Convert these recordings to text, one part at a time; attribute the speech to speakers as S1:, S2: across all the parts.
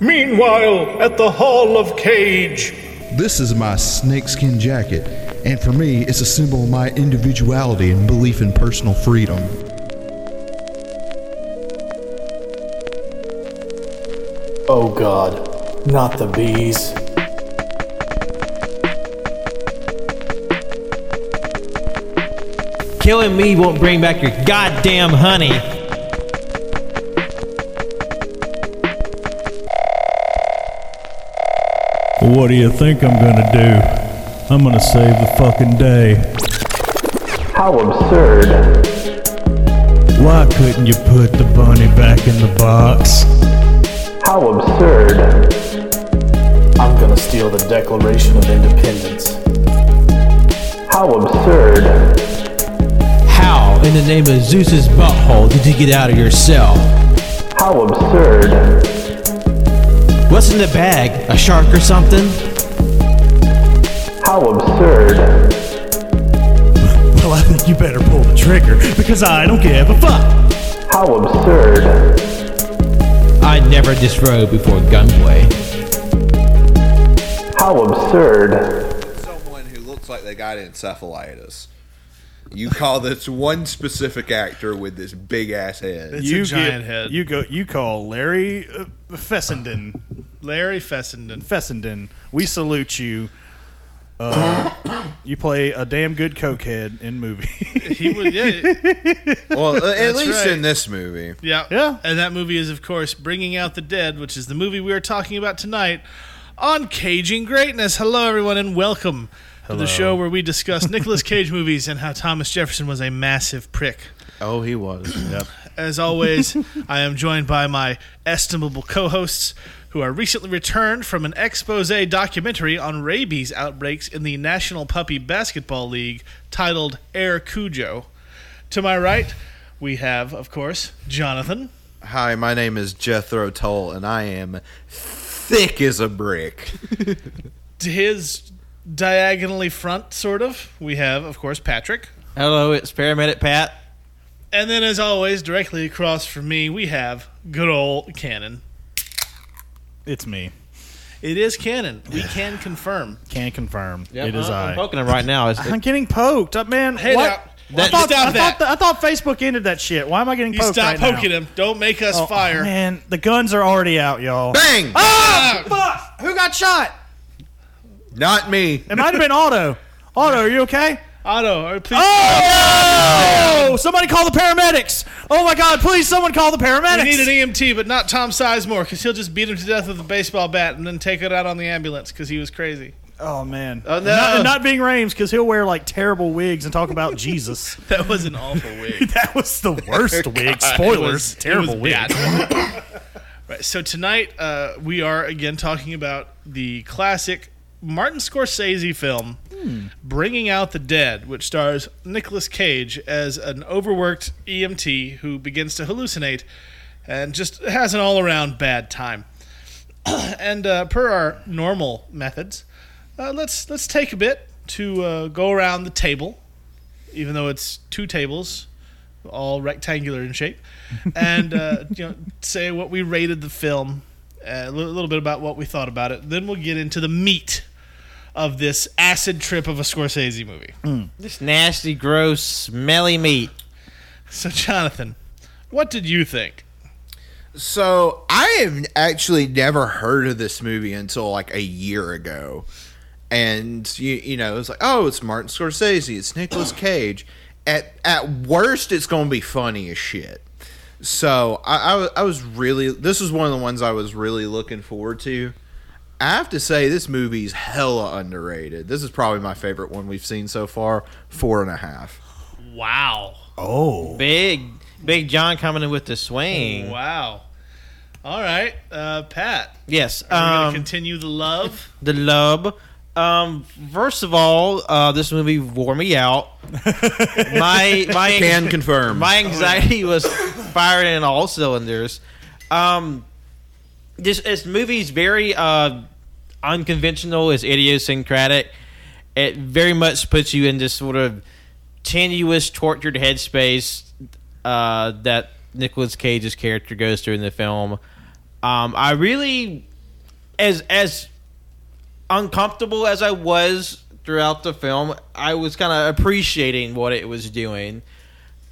S1: Meanwhile, at the Hall of Cage.
S2: This is my snakeskin jacket, and for me, it's a symbol of my individuality and belief in personal freedom.
S3: Oh god, not the bees.
S4: Killing me won't bring back your goddamn honey.
S5: What do you think I'm gonna do? I'm gonna save the fucking day.
S3: How absurd.
S5: Why couldn't you put the bunny back in the box?
S3: How absurd. I'm gonna steal the Declaration of Independence. How absurd.
S4: How, in the name of Zeus's butthole, did you get out of your cell?
S3: How absurd.
S4: What's in the bag? A shark or something?
S3: How absurd.
S5: Well, I think you better pull the trigger because I don't give a fuck.
S3: How absurd.
S4: I never disrobe before gunplay.
S3: How absurd.
S6: someone who looks like they got encephalitis. You call this one specific actor with this big ass head.
S7: It's
S8: you
S7: a giant
S8: get,
S7: head.
S8: You go. You call Larry uh, Fessenden.
S7: Larry Fessenden.
S8: Fessenden. We salute you. Uh, you play a damn good cokehead in movie.
S7: He was, yeah,
S6: Well, uh, at least
S7: right.
S6: in this movie.
S7: yeah,
S8: Yeah.
S7: And that movie is, of course, Bringing Out the Dead, which is the movie we are talking about tonight on Caging Greatness. Hello, everyone, and welcome to the show where we discuss Nicolas Cage movies and how Thomas Jefferson was a massive prick.
S6: Oh, he was.
S7: As always, I am joined by my estimable co hosts who are recently returned from an expose documentary on rabies outbreaks in the National Puppy Basketball League titled Air Cujo. To my right, we have, of course, Jonathan.
S6: Hi, my name is Jethro Tull, and I am thick as a brick.
S7: To his diagonally front, sort of, we have, of course, Patrick.
S4: Hello, it's Paramedic Pat.
S7: And then, as always, directly across from me, we have good old Cannon.
S8: it's me.
S7: It is Cannon. We can confirm.
S8: Can confirm. it is
S4: I'm, I'm
S8: I.
S4: poking him right now. It's,
S8: I'm getting poked, uh, man.
S7: Hey,
S8: what?
S7: now,
S8: I, thought,
S7: stop
S8: I,
S7: that.
S8: thought I thought Facebook ended that shit. Why am I getting
S7: You
S8: poked?
S7: stop
S8: right
S7: poking
S8: now?
S7: him. Don't make us
S8: Oh,
S7: fire.
S8: Man, the guns are already out, y'all.
S6: Bang!
S7: Ah!
S8: Fuck! Who got shot?
S6: Not me.
S8: It might have been Auto. Auto, are you okay?
S7: Otto, or please.
S8: Oh! Somebody call the paramedics! Oh my god, please someone call the paramedics!
S7: We need an EMT, but not Tom Sizemore, because he'll just beat him to death with a baseball bat and then take it out on the ambulance because he was crazy.
S8: oh man.
S6: Oh, no.
S8: Not, and not being Rames, because he'll wear like terrible wigs and talk about Jesus.
S7: That was an awful wig.
S8: That was the worst wig.
S7: It
S8: Spoilers.
S7: was- it
S8: terrible
S7: was
S8: wig.
S7: bad. right. So tonight uh, we are again talking about the classic Martin Scorsese film, Bringing Out the Dead, which stars Nicolas Cage as an overworked EMT who begins to hallucinate and just has an all-around bad time. and uh, per our normal methods, uh, let's let's take a bit to uh, go around the table, even though it's two tables, all rectangular in shape, and uh, you know say what we rated the film, uh, a li- little bit about what we thought about it. Then we'll get into the meat of this acid trip of a Scorsese movie.
S4: this nasty, gross, smelly meat.
S7: So, Jonathan, what did you think?
S6: So I have actually never heard of this movie until like a year ago, and you you know it's like oh it's Martin Scorsese it's Nicolas Cage, at at worst it's gonna be funny as shit. So I, I wa- I was really this was one of the ones I was really looking forward to. I have to say this movie's hella underrated. This is probably my favorite one we've seen so far. Four and a half.
S7: Wow!
S4: Big, big John coming in with the swing.
S7: Wow! All right, uh, Pat.
S4: Yes.
S7: We're gonna
S4: Um,
S7: continue the love.
S4: the love. Um, first of all, uh, this movie wore me out. my my
S6: Can confirm.
S4: My anxiety was firing in all cylinders. Um, this this movie's very uh, unconventional. It's idiosyncratic. It very much puts you in this sort of tenuous, tortured headspace uh, that Nicolas Cage's character goes through in the film. Um, I really, as as uncomfortable as I was throughout the film, I was kind of appreciating what it was doing.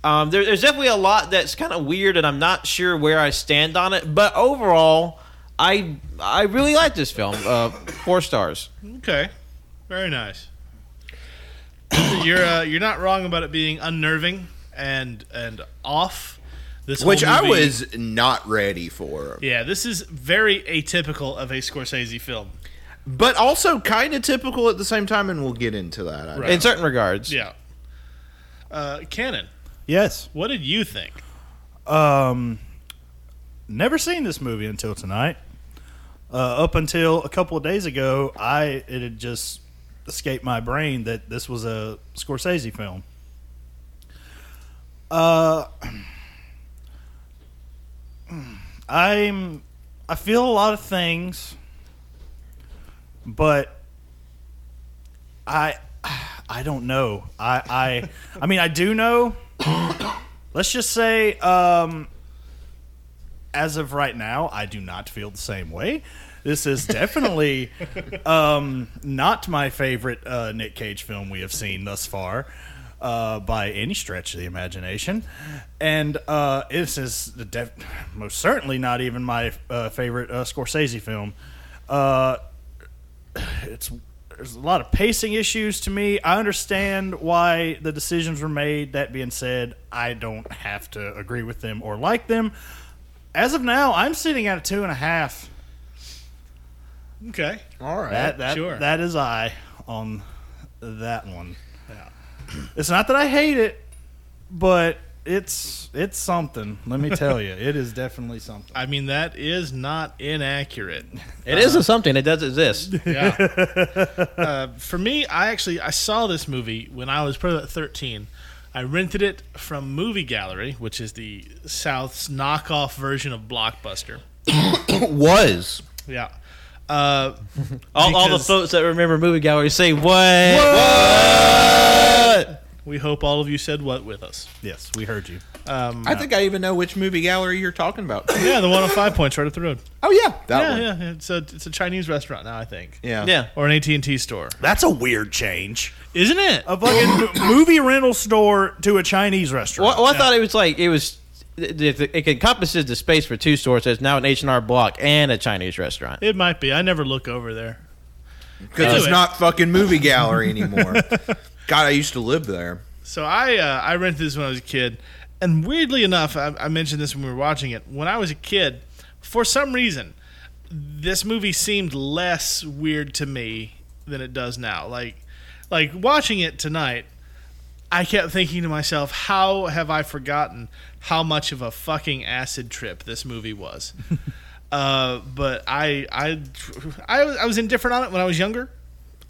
S4: Um, there, there's definitely a lot that's kind of weird, and I'm not sure where I stand on it. But overall, I I really like this film. Uh, four stars.
S7: Okay, very nice. you're uh, you're not wrong about it being unnerving and and off. This whole
S6: which I
S7: movie-
S6: was not ready for,
S7: Yeah, this is very atypical of a Scorsese film.
S6: but also kind of typical at the same time, and we'll get into that. I
S7: Right.
S4: in certain regards.
S7: Yeah. Uh, Canon,
S8: Yes.
S7: what did you think?
S8: Um, never seen this movie until tonight. Uh, up until a couple of days ago, I it had just escaped my brain that this was a Scorsese film. Uh, I'm I feel a lot of things, but I I don't know. I I I mean I do know. Let's just say, um, as of right now, I do not feel the same way. This is definitely um, not my favorite uh, Nick Cage film we have seen thus far, uh, by any stretch of the imagination, and uh, this is the def- most certainly not even my uh, favorite uh, Scorsese film. Uh, it's there's a lot of pacing issues to me. I understand why the decisions were made. That being said, I don't have to agree with them or like them. As of now, I'm sitting at a two and a half.
S7: Okay.
S6: All right.
S8: That that
S7: sure.
S8: that is I on that one. It's not that I hate it, but it's it's something. Let me tell you, it is definitely something.
S7: I mean, that is not inaccurate.
S4: It is a something. It does exist.
S7: Yeah. uh, for me, I actually I saw this movie when I was probably about 13. I rented it from Movie Gallery, which is the South's knockoff version of Blockbuster.
S6: was
S7: Yeah. Uh,
S4: All, all the
S7: Because-
S4: folks that remember movie gallery say what?
S7: we hope all of you said what with us.
S8: Yes, we heard you.
S6: I think I even know which movie gallery you're talking about.
S7: Yeah, the one on Five Points right up the road.
S6: oh yeah, that
S7: Yeah,
S6: one.
S7: yeah. It's a, it's a Chinese restaurant now, I think.
S6: Yeah.
S4: Yeah.
S7: Or an AT&T store.
S8: That's a weird change.
S7: Isn't it?
S8: A fucking movie rental store to a Chinese restaurant.
S4: Well, well, I thought it was like it was. It, it- it encompasses the space for two stores. It's now an H and R Block and a Chinese restaurant.
S7: It might be. I never look over there.
S6: Because it's
S7: Anyway.
S6: not fucking movie gallery anymore. God, I used to live there.
S7: So I uh, I rented this when I was a kid, and weirdly enough, I, I mentioned this when we were watching it. When I was a kid, for some reason, this movie seemed less weird to me than it does now. Like like watching it tonight, I kept thinking to myself, how have I forgotten how much of a fucking acid trip this movie was? uh, but I, I, I, was- I was indifferent on it when I was younger.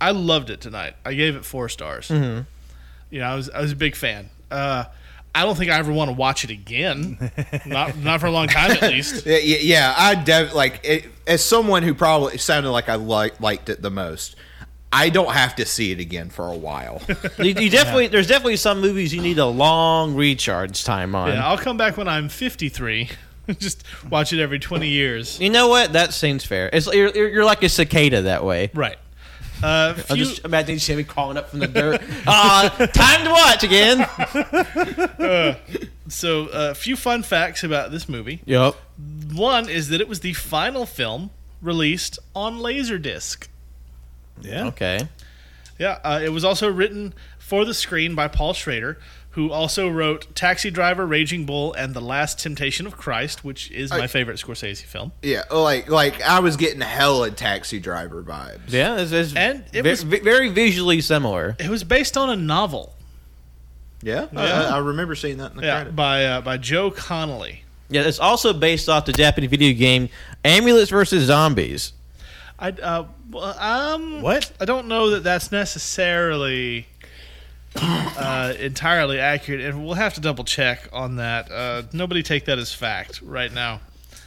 S7: I loved it tonight. I gave it four stars. You know, I was, I was a big fan. Uh, I don't think I ever want to watch it again. not, not for a long time, at least.
S6: Yeah, yeah, yeah, I def- like it, as someone who probably sounded like I li- liked it the most. I don't have to see it again for a while.
S4: You, you definitely there's definitely some movies you need a long recharge time on.
S7: Yeah, I'll come back when I'm 53. Just watch it every 20 years.
S4: You know what? That seems fair. It's you're, you're you're like a cicada that way.
S7: Right. Uh, few-
S4: I'm just imagining Chevy calling up from the dirt. Uh, time to watch again.
S7: so, a few fun facts about this movie.
S4: Yep.
S7: One is that it was the final film released on Laserdisc.
S8: yeah.
S4: Okay.
S7: Yeah, uh, it was also written for the screen by Paul Schrader, who also wrote Taxi Driver, Raging Bull, and The Last Temptation of Christ, which is my favorite Scorsese film.
S6: yeah, like like I was getting hella taxi driver vibes.
S4: Yeah. It's, it's
S7: And it
S4: ve-
S7: was-
S4: ve- very visually similar.
S7: It was based on a novel
S6: Yeah, I-
S7: Yeah.
S6: I, I remember seeing that in the
S7: yeah,
S6: credits.
S7: by uh, by Joe Connolly.
S4: Yeah. It's also based off the Japanese video game Amulets versus Zombies.
S7: I uh, well, um
S8: What?
S7: I don't know that that's necessarily uh, entirely accurate, and we'll have to double check on that. Uh, nobody take that as fact right now.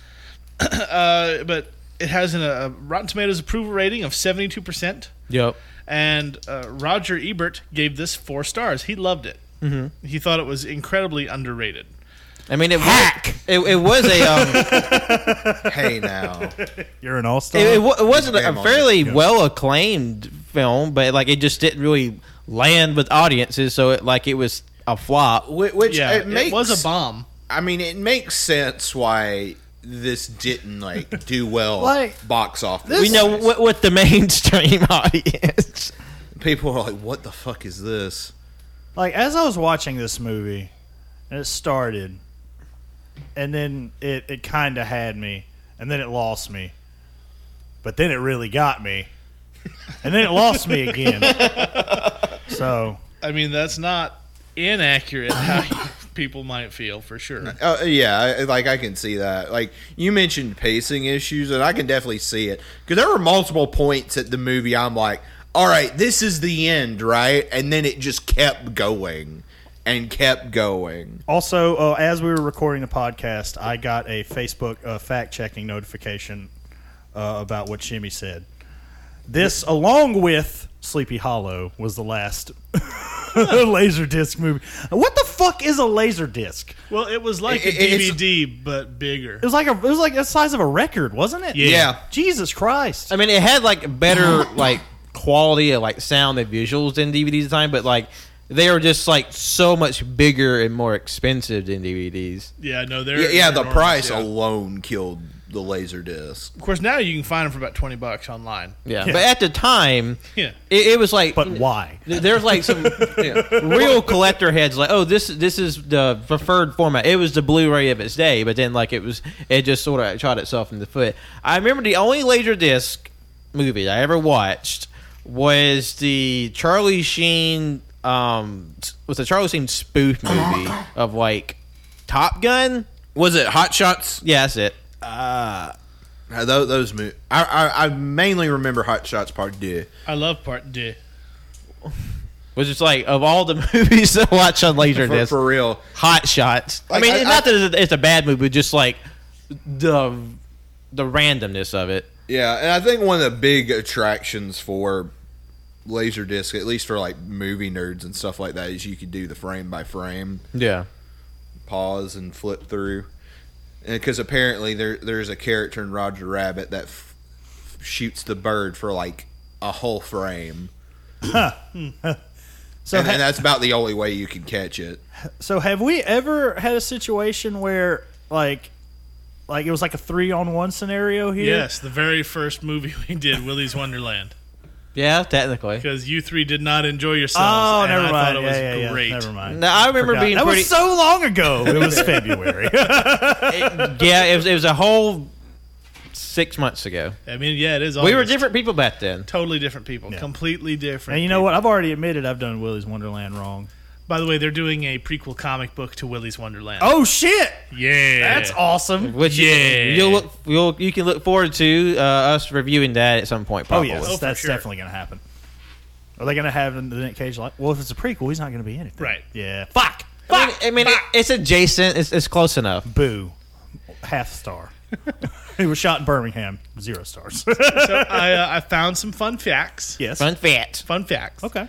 S7: uh, but it has an, a Rotten Tomatoes approval rating of seventy two percent,
S4: Yep.
S7: and uh, Roger Ebert gave this four stars. He loved it. Mm-hmm. He thought it was incredibly underrated.
S4: I mean, it hack. It, it was a um,
S6: Hey now.
S8: You're an all star.
S4: it, it, wa- it wasn't a
S6: Damn, I'll
S4: fairly well acclaimed film, but like it just didn't really land with audiences. So it like it was a flop.
S6: Whi- Which
S7: Yeah,
S6: it makes
S7: it was a bomb.
S6: I mean, it makes sense why this didn't like do well
S8: Like,
S6: box office.
S4: We know what, what the mainstream audience.
S6: people are like, "What the fuck is this?"
S8: like as I was watching this movie, and it started, and then it it kind of had me, and then it lost me, but then it really got me, and then it lost me again. So
S7: I mean, that's not inaccurate how people might feel for sure.
S6: Uh, yeah, I- like I can see that. Like you mentioned pacing issues, and I can definitely see it because there were multiple points at the movie. I'm like, "All right, this is the end, right?" And then it just kept going and kept going.
S8: Also, uh, as we were recording the podcast, I got a Facebook uh, fact checking notification uh, about what Jimmy said. This, along with Sleepy Hollow, was the last laser disc movie. What the fuck is a laser disc?
S7: Well, it was like
S6: It-
S7: a
S6: it- it's-
S7: DVD, but bigger.
S8: It was like a, it was like the size of a record, wasn't it?
S7: Yeah.
S6: Yeah.
S8: Jesus Christ!
S4: I mean, it had like better like quality of like sound and visuals than DVDs at the time, but like they were just like so much bigger and more expensive than DVDs.
S7: Yeah, no, they're
S6: Yeah, yeah
S7: they're
S6: the
S7: enormous,
S6: price
S7: yeah.
S6: alone killed the laser disc.
S7: Of course, now you can find them for about twenty bucks online.
S4: Yeah, but at the time,
S7: Yeah.
S4: it, it was like
S8: but why?
S4: There's like some you know, real collector heads like, oh, this this is the preferred format. It was the Blu-ray of its day, but then like it was it just sort of shot itself in the foot. I remember the only Laserdisc movie I ever watched was the Charlie Sheen um was the Charlie Sheen spoof movie of like Top Gun.
S6: Was it Hot Shots?
S4: Yeah, that's it.
S6: Uh, tho- those mo- I, I I mainly remember Hot Shots Part Two.
S7: I love part D.
S4: Was just like of all the movies to watch on
S6: For,
S4: Laserdisc,
S6: for real,
S4: Hot Shots. I
S6: Like,
S4: mean,
S6: I-
S4: not
S6: I-
S4: that it's a- it's a bad movie, but just like the the randomness of it.
S6: yeah. And I think one of the big attractions for Laserdisc, at least for like movie nerds and stuff like that, is you could do the frame by frame
S4: Yeah.
S6: pause and flip through. Because apparently there there's a character in Roger Rabbit that f- shoots the bird for like a whole frame,
S8: So,
S6: and,
S8: ha-
S6: and that's about the only way you can catch it.
S8: so have we ever had a situation where like, like it was like a three on one scenario here?
S7: Yes, the very first movie we did, Willy's Wonderland,
S4: Yeah, technically.
S7: because you three did not enjoy yourselves.
S8: Oh,
S7: and
S8: never
S7: I
S8: mind.
S7: Thought it
S8: yeah,
S7: was
S8: yeah, yeah.
S7: great.
S8: Never mind.
S4: Now I remember
S8: Forgot.
S4: being
S8: that
S4: pretty.
S8: was so long ago. It was February.
S4: it- yeah, it was, it was a whole six months ago.
S7: I mean, yeah, it is.
S4: We were
S7: always
S4: different people back then.
S7: Totally different people. Completely different.
S8: and you know what? I've already admitted I've done Willy's Wonderland wrong.
S7: By the way, they're doing a prequel comic book to Willy's Wonderland.
S8: Oh shit!
S7: yeah,
S8: That's awesome.
S4: Which
S7: Yeah.
S4: you, will look, you'll you can look forward to uh, us reviewing that at some point.
S8: Oh
S4: Probably.
S8: yes,
S7: for
S8: that's
S7: sure.
S8: definitely gonna happen. Are they gonna have the Nick Cage like? Well, if it's a prequel, he's not gonna be in it. then.
S7: Right.
S8: Yeah. Fuck.
S4: I mean, I mean it, it's adjacent. It's, it's close enough.
S8: Boo. Half star. he was shot in Birmingham. Zero stars.
S7: so I, uh, I found some fun facts.
S8: yes.
S4: Fun fact.
S7: Fun facts.
S8: Okay.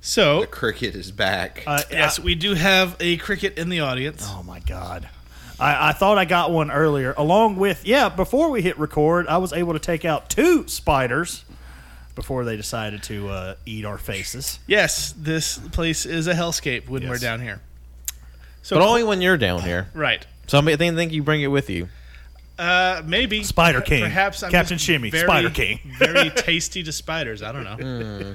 S7: So
S6: Cricket is back.
S8: Uh,
S7: yes, we do have a cricket in the audience.
S8: Oh my god. I, I thought I got one earlier, along with yeah. Before we hit record, I was able to take out two spiders before they decided to uh, eat our faces.
S7: Yes, this place is a hellscape when we're
S8: Yes.
S7: down here. So
S4: But only when you're down here.
S7: right.
S4: Somebody think think you bring it with you.
S7: Uh, maybe
S8: Spider
S7: Per-
S8: King.
S7: Perhaps I'm
S8: Captain
S7: just
S8: Shimmy,
S7: very-
S8: Spider King.
S7: very tasty to spiders. I don't know.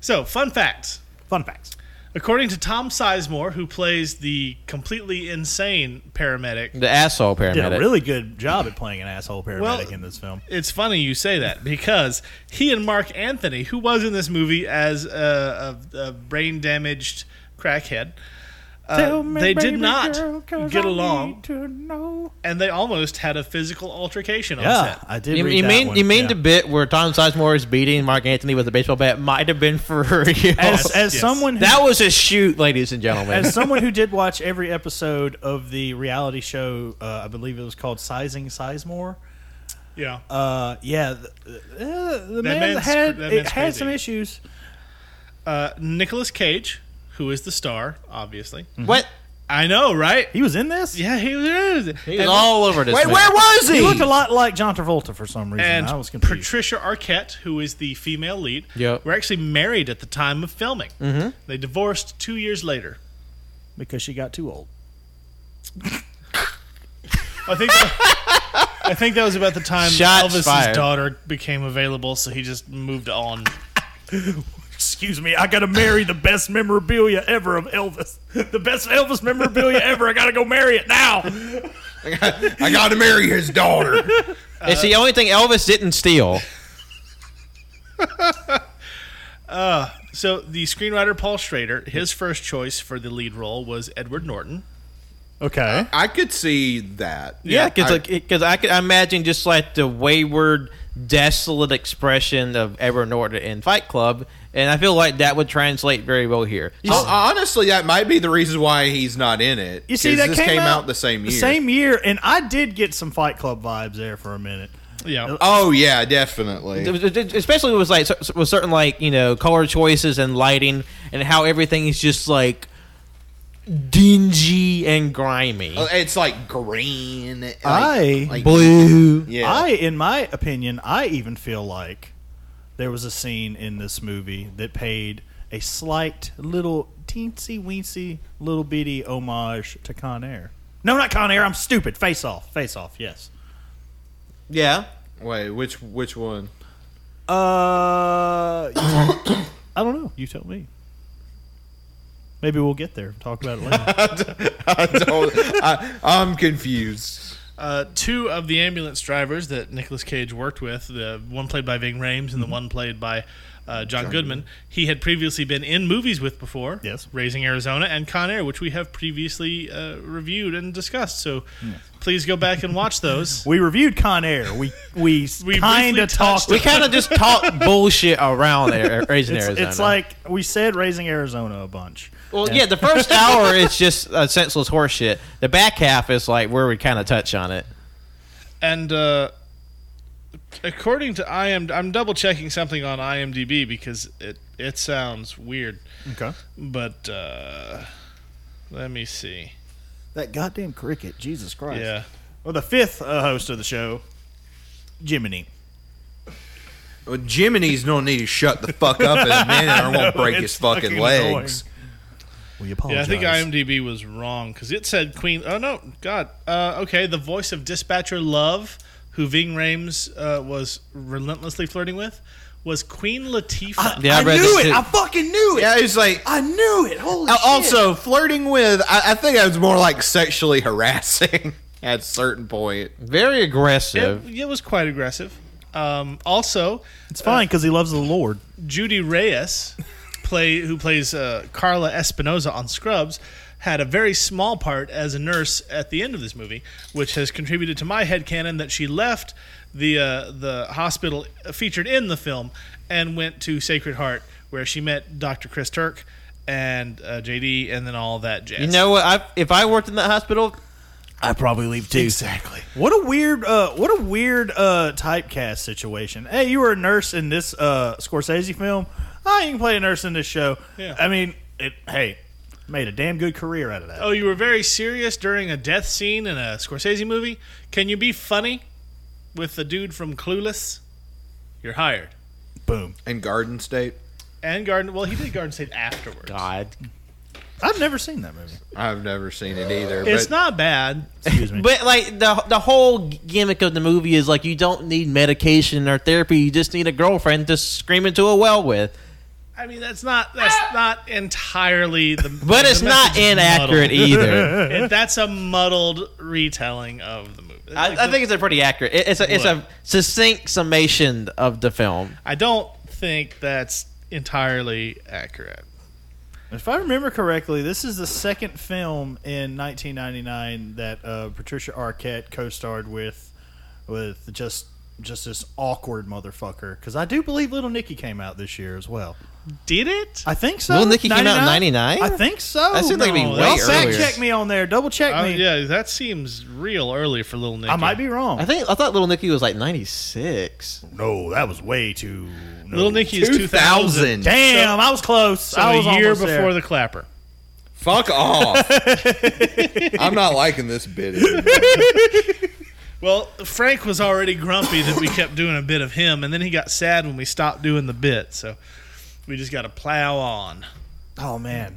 S7: so fun facts.
S8: Fun facts.
S7: According to Tom Sizemore, who plays the completely insane paramedic,
S4: The asshole paramedic.
S8: Did a really good job at playing an asshole paramedic
S7: Well-
S8: in this film.
S7: it's funny you say that because he and Mark Anthony, who was in this movie as a, a, a brain damaged crackhead, uh, they did not get along, and they almost had a physical altercation on
S8: Yeah,
S7: set.
S8: I did.
S4: You,
S8: read
S4: you
S8: that
S4: mean
S8: one.
S4: you mean
S8: Yeah.
S4: the bit where Tom Sizemore is beating Mark Anthony with a baseball bat might have been for real?
S8: as, as
S7: Yes.
S8: someone who,
S4: that was a shoot, ladies and gentlemen.
S8: as someone who did watch every episode of the reality show, uh, I believe it was called Sizing Sizemore.
S7: Yeah,
S8: Uh, yeah, the, uh, the man
S7: man's
S8: had
S7: cr- that
S8: it
S7: man's
S8: had
S7: crazy.
S8: some issues.
S7: uh, Nicholas Cage, who is the star, obviously,
S4: what?
S7: I know, right?
S8: He was in this.
S7: Yeah, he was.
S4: He was all over this.
S6: Wait,
S4: movie.
S6: where was he?
S8: He looked a lot like John Travolta for some reason.
S7: and
S8: I was confused.
S7: Patricia Arquette, who is the female lead,
S4: Yep.
S7: were actually married at the time of filming. Mm-hmm. They divorced two years later.
S8: because she got too old.
S7: I think. That, I think that was about the time
S4: Shots
S7: Elvis's
S4: fired.
S7: daughter became available, so he just moved on.
S8: Excuse me, I gotta marry the best memorabilia ever of Elvis. The best Elvis memorabilia ever. I gotta go marry it now.
S6: I got to marry his daughter.
S4: It's the only thing Elvis didn't steal.
S7: So the screenwriter Paul Schrader, his first choice for the lead role was Edward Norton.
S8: Okay.
S6: I could see that.
S4: Yeah, because
S6: I-
S4: I could imagine just like the wayward, desolate expression of Edward Norton in Fight Club, and I feel like that would translate very well here. Oh,
S6: Hon- Oh, honestly, that might be the reason why he's not in it.
S8: You see,
S6: 'cause
S8: that
S6: this came out, the same year.
S8: same year, and I did get some Fight Club vibes there for a minute.
S7: Yeah,
S6: Oh yeah, definitely.
S4: It was- it- it- especially with like cer- with certain like you know color choices and lighting and how everything is just like dingy and grimy.
S6: Uh, It's like green. Like,
S8: I-
S6: like,
S4: Blue.
S6: Yeah.
S8: I, in my opinion, I even feel like there was a scene in this movie that paid a slight, little, teensy weensy, little bitty homage to Con Air. No, not Con Air. I'm stupid. Face Off. Face Off. Yes.
S4: Yeah.
S6: Wait, which which one?
S8: Uh, I don't know. You tell me. Maybe we'll get there. Talk about it later.
S6: I don't, I, I'm confused.
S7: uh, two of the ambulance drivers that Nicolas Cage worked with, the one played by Ving Rhames and the one played by uh, Mm-hmm. John, Goodman, he had previously been in movies with before.
S8: Yes.
S7: Raising Arizona and Con Air, which we have previously uh, reviewed and discussed. So please go back and watch those.
S8: we reviewed Con Air. We we,
S7: We
S8: kind
S7: briefly
S8: of talked.
S7: touched
S4: We kind of just talk bullshit around there, raising
S8: It's,
S4: Arizona.
S8: it's like we said, raising Arizona a bunch.
S4: well, yeah. the first hour is just uh, senseless horseshit. The back half is like where we kind of touch on it.
S7: And uh, according to IM, I'm double checking something on IMDb because it it sounds weird,
S8: Okay.
S7: but uh, let me see.
S8: That goddamn cricket, Jesus Christ.
S7: Yeah.
S8: Well, the fifth uh, host of the show, Jiminy.
S6: Well, Jiminy's gonna need to shut the fuck up in a minute, or I won't break
S8: it's
S6: his fucking,
S8: fucking
S6: legs.
S8: We apologize.
S7: Yeah, I think IMDb was wrong because it said Queen. Oh no, God. Uh, okay, the voice of dispatcher Love, who Ving Rhames uh, was relentlessly flirting with, was Queen Latifah.
S4: Yeah, I, read knew it.
S8: fucking knew
S6: Yeah, it's like
S8: I knew it. Holy
S6: Uh, also flirting with. I, I think that was more like sexually harassing at a certain point.
S4: Very aggressive.
S7: it, it was quite aggressive. Um, also,
S8: It's fine because he loves the Lord.
S7: Judy Reyes, play who plays uh, Carla Espinosa on Scrubs, had a very small part as a nurse at the end of this movie, which has contributed to my headcanon that she left the uh, the hospital featured in the film and went to Sacred Heart, where she met Dr. Chris Turk and uh, JD, and then all that jazz.
S4: you know what? I, if I worked in that hospital,
S8: I probably leave too. Exactly. What a weird, uh, what a weird uh, typecast situation. Hey, you were a nurse in this uh, Scorsese film. Oh, you can play a nurse in this show.
S7: Yeah.
S8: I mean, it. Hey, made a damn good career out of that.
S7: Oh, you were very serious during a death scene in a Scorsese movie. Can you be funny with the dude from Clueless? You're hired.
S8: Boom.
S6: And Garden State.
S7: And Garden. Well, he did Garden State afterwards.
S4: God,
S8: I've never seen that movie.
S6: I've never seen it either.
S7: It's
S6: but
S7: not bad.
S8: Excuse me.
S4: But like the the whole gimmick of the movie is like you don't need medication or therapy. You just need a girlfriend to scream into a well with.
S7: I mean, that's not that's not entirely the.
S4: But
S7: the
S4: it's not
S7: message is
S4: inaccurate
S7: muddled.
S4: either.
S7: It- that's a muddled retelling of the movie. Like,
S4: I, I think it's a pretty accurate. It, it's a it's a
S7: What?
S4: succinct summation of the film.
S7: I don't think that's entirely accurate.
S8: If I remember correctly, this is the second film in 1999 that uh, Patricia Arquette co-starred with, with just just this awkward motherfucker. Because I do believe Little Nicky came out this year as well.
S7: Did it?
S8: I think so.
S4: Little Nicky came out in 99?
S8: I think so.
S4: That seems like it'd be
S7: no,
S4: way
S8: Y'all fact
S4: earlier.
S8: check me on there. Double check
S7: Oh,
S8: me.
S7: yeah, that seems real early for Little Nicky.
S8: I might be wrong.
S4: I think I thought Little Nicky was like ninety six.
S8: no, that was way too. No.
S7: Little Nicky is two thousand.
S8: Damn, I was close.
S7: So
S8: I was
S7: a year
S8: almost
S7: before
S8: there.
S7: the clapper.
S6: Fuck off. I'm not liking this bit. anymore.
S7: Well, Frank was already grumpy that we kept doing a bit of him, and then he got sad when we stopped doing the bit. So we just got to plow on.
S8: Oh man,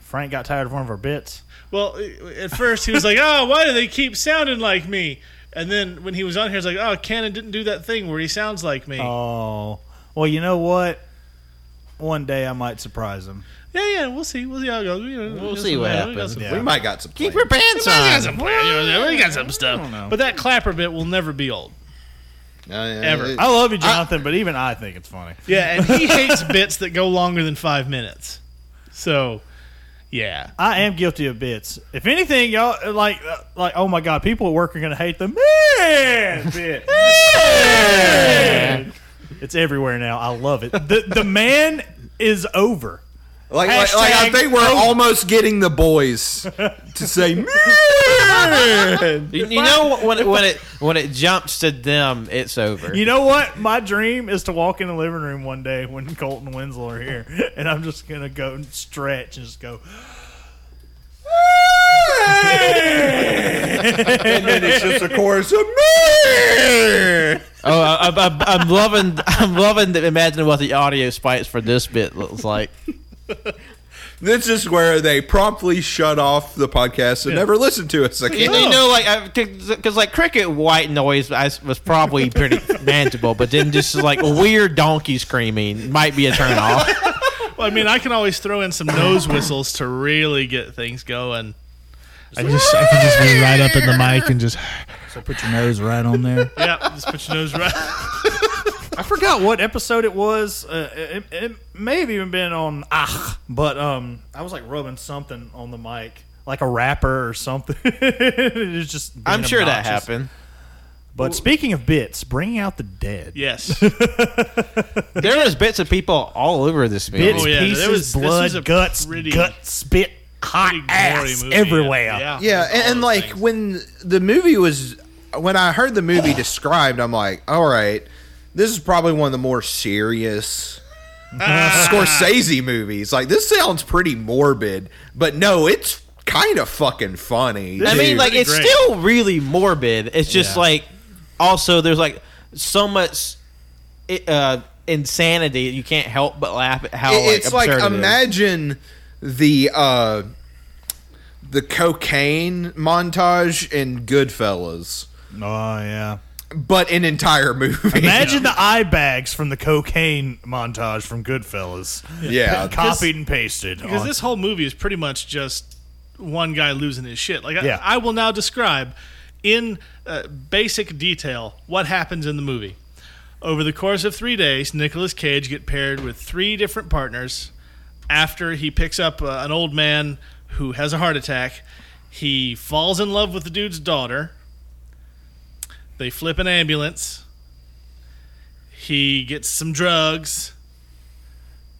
S8: Frank got tired of one of our bits.
S7: Well, at first he was like, "Oh, why do they keep sounding like me?" And then when he was on here, he's like, "Oh, Cannon didn't do that thing where he sounds like me."
S8: Oh, well, you know what? One day I might surprise him.
S7: Yeah, yeah, we'll see. We'll see how it goes. You know,
S4: We'll
S7: got
S4: see
S7: some-
S4: what
S7: we got
S4: happens.
S7: some-
S6: We might got some.
S4: Keep
S6: play.
S4: your pants
S7: we got
S4: on.
S7: some plan, you know, we got some stuff. But that clapper bit will never be old.
S6: Uh, yeah,
S7: Ever.
S6: it-
S8: I love you, Jonathan, but even I think it's funny.
S7: Yeah, and he hates bits that go longer than five minutes. So, yeah.
S8: I am guilty of bits. If anything, y'all like uh, like oh my god, people at work are gonna hate the man bit. Man. It's everywhere now. I love it. The the man is over.
S6: Like, like, like I
S8: Hashtag
S6: think we're
S4: oh.
S8: vote.
S6: almost getting the boys to say man.
S4: You, you know when it, when it when it jumps to them, it's over.
S8: You know what? My dream is to walk in the living room one day when Colton Winslow are here, and I'm just gonna go and stretch and just go.
S6: and then it's just a chorus of man.
S4: oh, I, I, I'm- I'm loving I'm loving to imagine what the audio spikes for this bit looks like.
S6: This is where they promptly shut off the podcast and never listen to us
S4: You,
S6: again. Oh.
S4: you know, like because like cricket white noise I s- was probably pretty manageable, but then just like weird donkey screaming might be a turn off.
S7: Well, I mean, I can always throw in some nose whistles to really get things going.
S9: I just I can just be right up in the mic and just so put your nose right on there.
S7: Yep, just put your nose right.
S8: I forgot what episode it was. Uh, it, it may have even been on Ah, but um, I was like rubbing something on the mic, like a rapper or something. it's just. being
S4: I'm sure that
S8: obnoxious.
S4: happened.
S8: But speaking of bits, bringing out the dead.
S7: Yes.
S4: There was bits of people all over this movie.
S8: Bits,
S7: Oh, yeah, there
S8: pieces,
S7: was- this was a
S8: blood, guts,
S7: pretty-
S8: gut spit, hot
S7: Pretty gory
S8: ass
S7: movie,
S8: everywhere.
S7: Yeah.
S6: Yeah, and, and like when the movie was, when I heard the movie described, I'm like, all right, this is probably one of the more serious
S8: Uh-huh.
S6: Scorsese movies. Like this sounds pretty morbid, but no, it's kind of fucking funny.
S4: I mean,
S6: dude.
S4: like it's
S7: great.
S4: still really morbid. It's just
S8: Yeah.
S4: like also there's like so much i- uh, insanity you can't help but laugh at how
S6: It- it's like,
S4: absurd it is.
S6: imagine the uh the cocaine montage in Goodfellas,
S8: Oh yeah.
S6: but an entire movie.
S8: Imagine the eye bags from the cocaine montage from Goodfellas,
S6: yeah,
S8: copied and pasted.
S7: Because
S6: Oh.
S8: on-
S7: this whole movie is pretty much just one guy losing his shit. Like, I,
S8: Yeah.
S7: I will now describe in uh, basic detail what happens in the movie. Over the course of three days, Nicolas Cage get paired with three different partners. After he picks up uh, an old man who has a heart attack, he falls in love with the dude's daughter. They flip an ambulance. He gets some drugs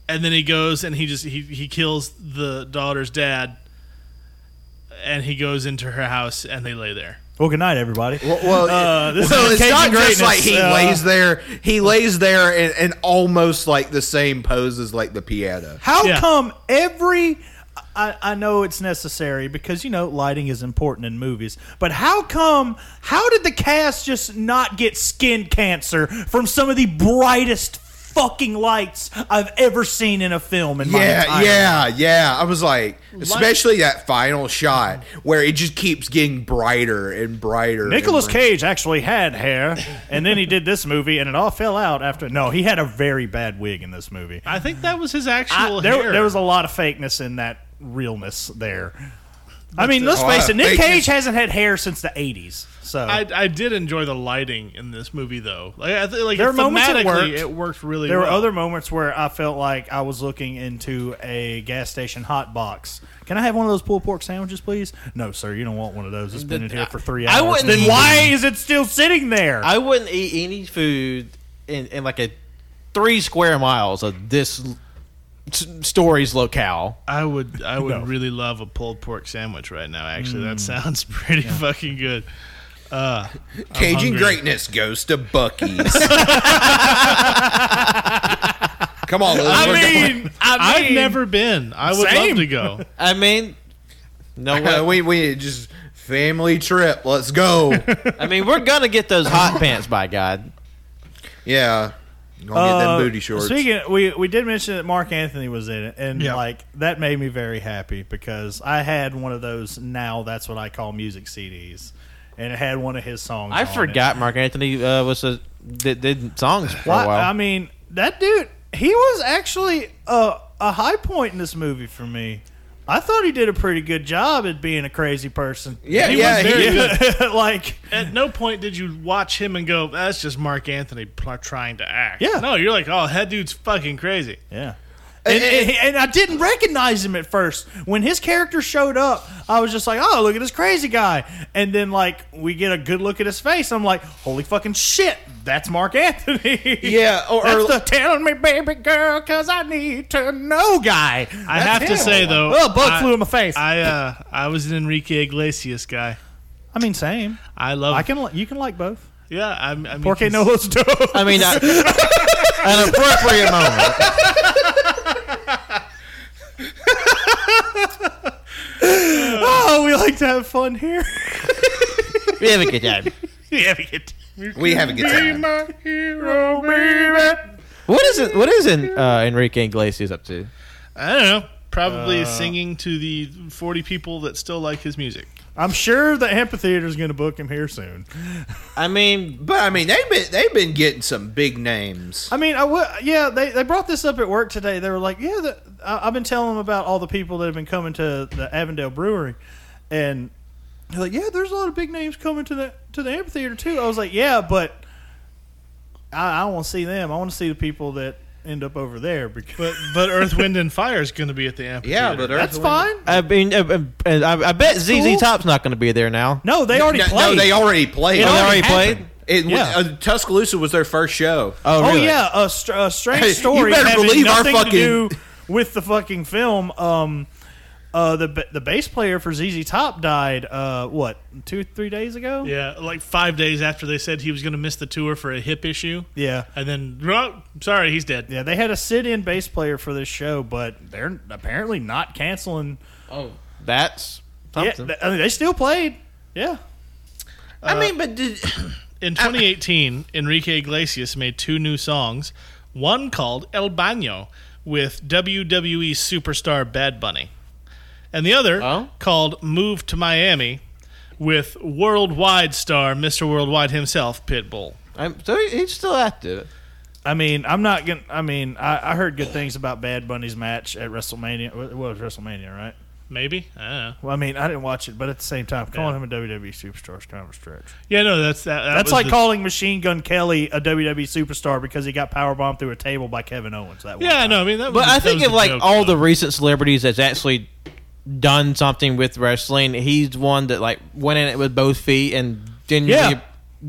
S7: and then he goes and he just he, he kills the daughter's dad and he goes into her house and they lay there
S8: well, good night, everybody.
S6: Well,
S8: Uh, this
S6: well,
S8: is
S6: it's
S8: Cajun
S6: not just
S8: greatness,
S6: like he
S8: uh,
S6: lays there. He lays there in, in almost like the same pose as like the piano.
S8: How
S7: Yeah.
S8: come every I, I know it's necessary because you know lighting is important in movies, but how come how did the cast just not get skin cancer from some of the brightest fucking lights I've ever seen in a film in my
S6: Yeah,
S8: entire
S6: yeah, yeah. I was like, especially that final shot where it just keeps getting brighter and brighter.
S8: Nicholas
S6: and
S8: Cage actually had hair, and then he did this movie, and it all fell out after. No, he had a very bad wig in this movie.
S7: i think that was his
S8: I-
S7: actual
S8: there,
S7: hair.
S8: there was a lot of fakeness in that realness there. I mean, let's
S6: a
S8: face
S6: lot
S8: it,
S6: of
S8: Nick
S6: fakeness.
S8: Cage hasn't had hair since the '80s, so
S7: I, I did enjoy the lighting in this movie though like, I th- like
S8: There are moments it
S7: thematically,
S8: worked.
S7: it worked really
S8: there were
S7: well
S8: other moments where I felt like I was looking into a gas station hot box. Can I have one of those pulled pork sandwiches, please? No, sir, you don't want one of those. It's been in here for three hours.
S4: I wouldn't
S8: then
S4: eat
S8: why is it still sitting there?
S4: I wouldn't eat any food in, in like a three square miles of this l- s- story's locale.
S7: i would i would
S8: No. Mm.
S7: really love a pulled pork sandwich right now actually that sounds pretty fucking good uh
S6: Cajun
S7: hungry.
S6: greatness goes to Bucky's. Come on, Liz, we're going.
S8: I
S7: I've never been. I would
S8: Same.
S7: love to go.
S4: I mean, No uh, way.
S6: we we just family trip. Let's go.
S4: I mean, we're gonna get those hot pants by God.
S6: yeah, gonna get
S8: Uh,
S6: them booty shorts.
S8: Speaking, we we did mention that Mark Anthony was in it, and
S9: Yeah.
S8: like that made me very happy because I had one of those. Now that's what I call music CDs, and it had one of his songs.
S4: I
S8: on it.
S4: forgot Mark Anthony uh, was a did, did songs for
S8: Well,
S4: a while.
S8: I mean, that dude, he was actually a a high point in this movie for me. I thought he did a pretty good job at being a crazy person.
S6: yeah,
S7: He
S6: yeah,
S7: was very
S6: he-
S7: good.
S8: like
S7: At no point did you watch him and go, "That's just Mark Anthony pl- trying to act."
S8: Yeah.
S7: No, you're like, "Oh, that dude's fucking crazy."
S8: Yeah. And, and, and I didn't recognize him at first. When his character showed up, I was just like, "Oh, look at this crazy guy!" And then, like, we get a good look at his face. I'm like, "Holy fucking shit, that's Mark Anthony!"
S6: Yeah, or-
S8: that's
S6: or-
S8: the "Tell me, baby girl, 'cause I need to know" guy.
S7: I have to say though,
S8: well, a bug
S7: I-
S8: flew in my face. I,
S7: I uh, I was an Enrique Iglesias guy.
S8: mean, same.
S7: I love.
S8: I can li- you can like both.
S7: yeah, I'm. I mean,
S8: Porque
S7: he's-
S8: no los dos.
S4: I mean, I, an appropriate moment.
S8: oh, we like to have fun here.
S4: We have a good time.
S7: Yeah, we get-
S6: we have a good time.
S7: my hero, baby.
S4: What is it? What is in, uh, Enrique Iglesias up to?
S7: I don't know. Probably singing to the 40 people that still like his music.
S8: I'm sure the amphitheater is going to book him here soon.
S4: I mean,
S6: But I mean, they've been they've been getting some big names.
S8: I mean, I w- yeah, they, they brought this up at work today. They were like, yeah, the, I, I've been telling them about all the people that have been coming to the Avondale Brewery, and they're like, yeah, there's a lot of big names coming to the to the amphitheater too. I was like, yeah, but I, I don't want to see them. I want to see the people that end up over there because
S7: But but Earth, Wind, and Fire is going to be at the amphitheater.
S6: Yeah, but Earth
S8: that's
S6: Wind-
S8: fine.
S4: I mean, uh, uh, I, I bet ZZ
S8: Cool.
S4: Top's not going to be there now.
S8: No, they already
S6: No,
S8: played.
S6: no, they already played.
S4: Oh, they already
S8: happened.
S4: played.
S6: It,
S8: Yeah.
S6: uh, Tuscaloosa was their first show.
S4: Oh,
S8: Oh,
S4: really?
S8: yeah, a, str- a
S6: Hey, you
S8: strange story
S6: better
S8: having
S6: believe our
S8: nothing
S6: fucking-
S8: to do with the fucking film. Um, uh, the ba- the bass player for ZZ Top died. Uh, what two three days ago?
S7: Yeah, like five days after they said he was going to miss the tour for a hip issue.
S8: yeah,
S7: And then, oh, sorry, he's dead.
S8: Yeah, They had a sit-in bass player for this show, but they're apparently not canceling.
S4: Oh, that's
S8: Yeah,
S4: something.
S8: th- I mean, they still played. Yeah,
S6: I mean, but did,
S7: In 2018, Enrique Iglesias made two new songs, one called El Baño with WWE superstar Bad Bunny, and the other
S4: Oh.
S7: called Move to Miami with worldwide star Mr. Worldwide himself, Pitbull.
S4: I'm, so he- he's still active.
S8: I mean, I'm not gonna. I mean, I, I heard good things about Bad Bunny's match at WrestleMania. It was WrestleMania, right?
S7: Maybe? I don't know.
S8: Well, I mean, I didn't watch it, but at the same time, calling him a WWE superstar is kind of a stretch.
S7: Yeah, no, that's that. that
S8: That's
S7: was
S8: like
S7: the-
S8: calling Machine Gun Kelly a WWE superstar because he got powerbombed through a table by Kevin Owens. That one
S7: Yeah,
S8: time.
S7: no, I mean that.
S4: But
S7: was,
S4: I
S7: that
S4: think
S7: was
S4: of like
S7: joke,
S4: all
S7: though.
S4: the recent celebrities that's actually done something with wrestling, he's one that like went in it with both feet and genuinely.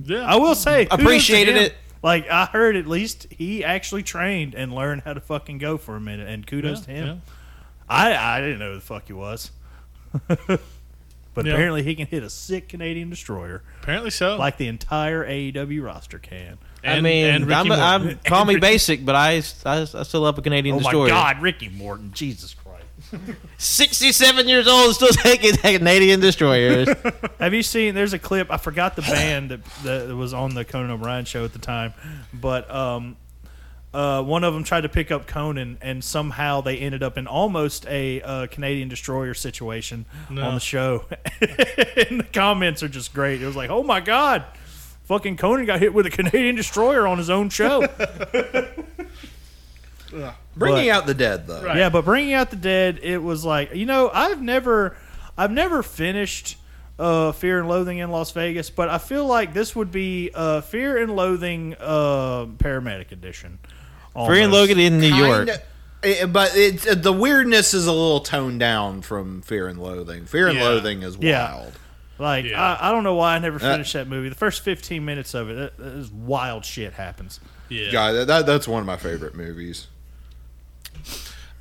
S8: Yeah. I will say, kudos to
S4: Appreciated
S8: him.
S4: it.
S8: Like I heard, at least he actually trained and learned how to fucking go for a minute. And kudos to him. I I didn't know who the fuck he was, but
S7: Yeah. Oh.
S8: apparently he can hit a sick Canadian destroyer
S7: Apparently so.
S8: like the entire AEW roster can. Oh
S4: I
S7: And-
S4: mean,
S7: and Ricky
S4: I'm,
S7: Morton.
S4: I'm call me basic, but I, I, I still love a Canadian
S8: Oh
S4: destroyer.
S8: my God, Ricky Morton, Jesus Christ!
S4: 67 years old, still taking Canadian destroyers.
S8: Have you seen? There's a clip. I forgot the band that, that was on the Conan O'Brien show at the time, but um, uh, one of them tried to pick up Conan, and somehow they ended up in almost a uh, Canadian destroyer situation on the show. and the comments are just great. It was like, oh my god, fucking Conan got hit with a Canadian destroyer on his own show.
S6: bringing out the dead though.
S8: Yeah, but bringing out the dead, it was like you know I've never, I've never finished uh, Fear and Loathing in Las Vegas, but I feel like this would be uh, Fear and Loathing uh, Paramedic Edition.
S7: Oh
S4: Free and
S8: almost.
S4: Logan in New York.
S6: Kinda- eh, but it's uh, the weirdness is a little toned down from Fear and Loathing. Fear and
S7: Yeah.
S6: Loathing is wild.
S8: Yeah. Like
S7: Yeah.
S8: I, I don't know why I never finished that movie. The first fifteen minutes of it, it- it is wild shit happens.
S7: yeah.
S6: God, that, that, that's one of my favorite movies.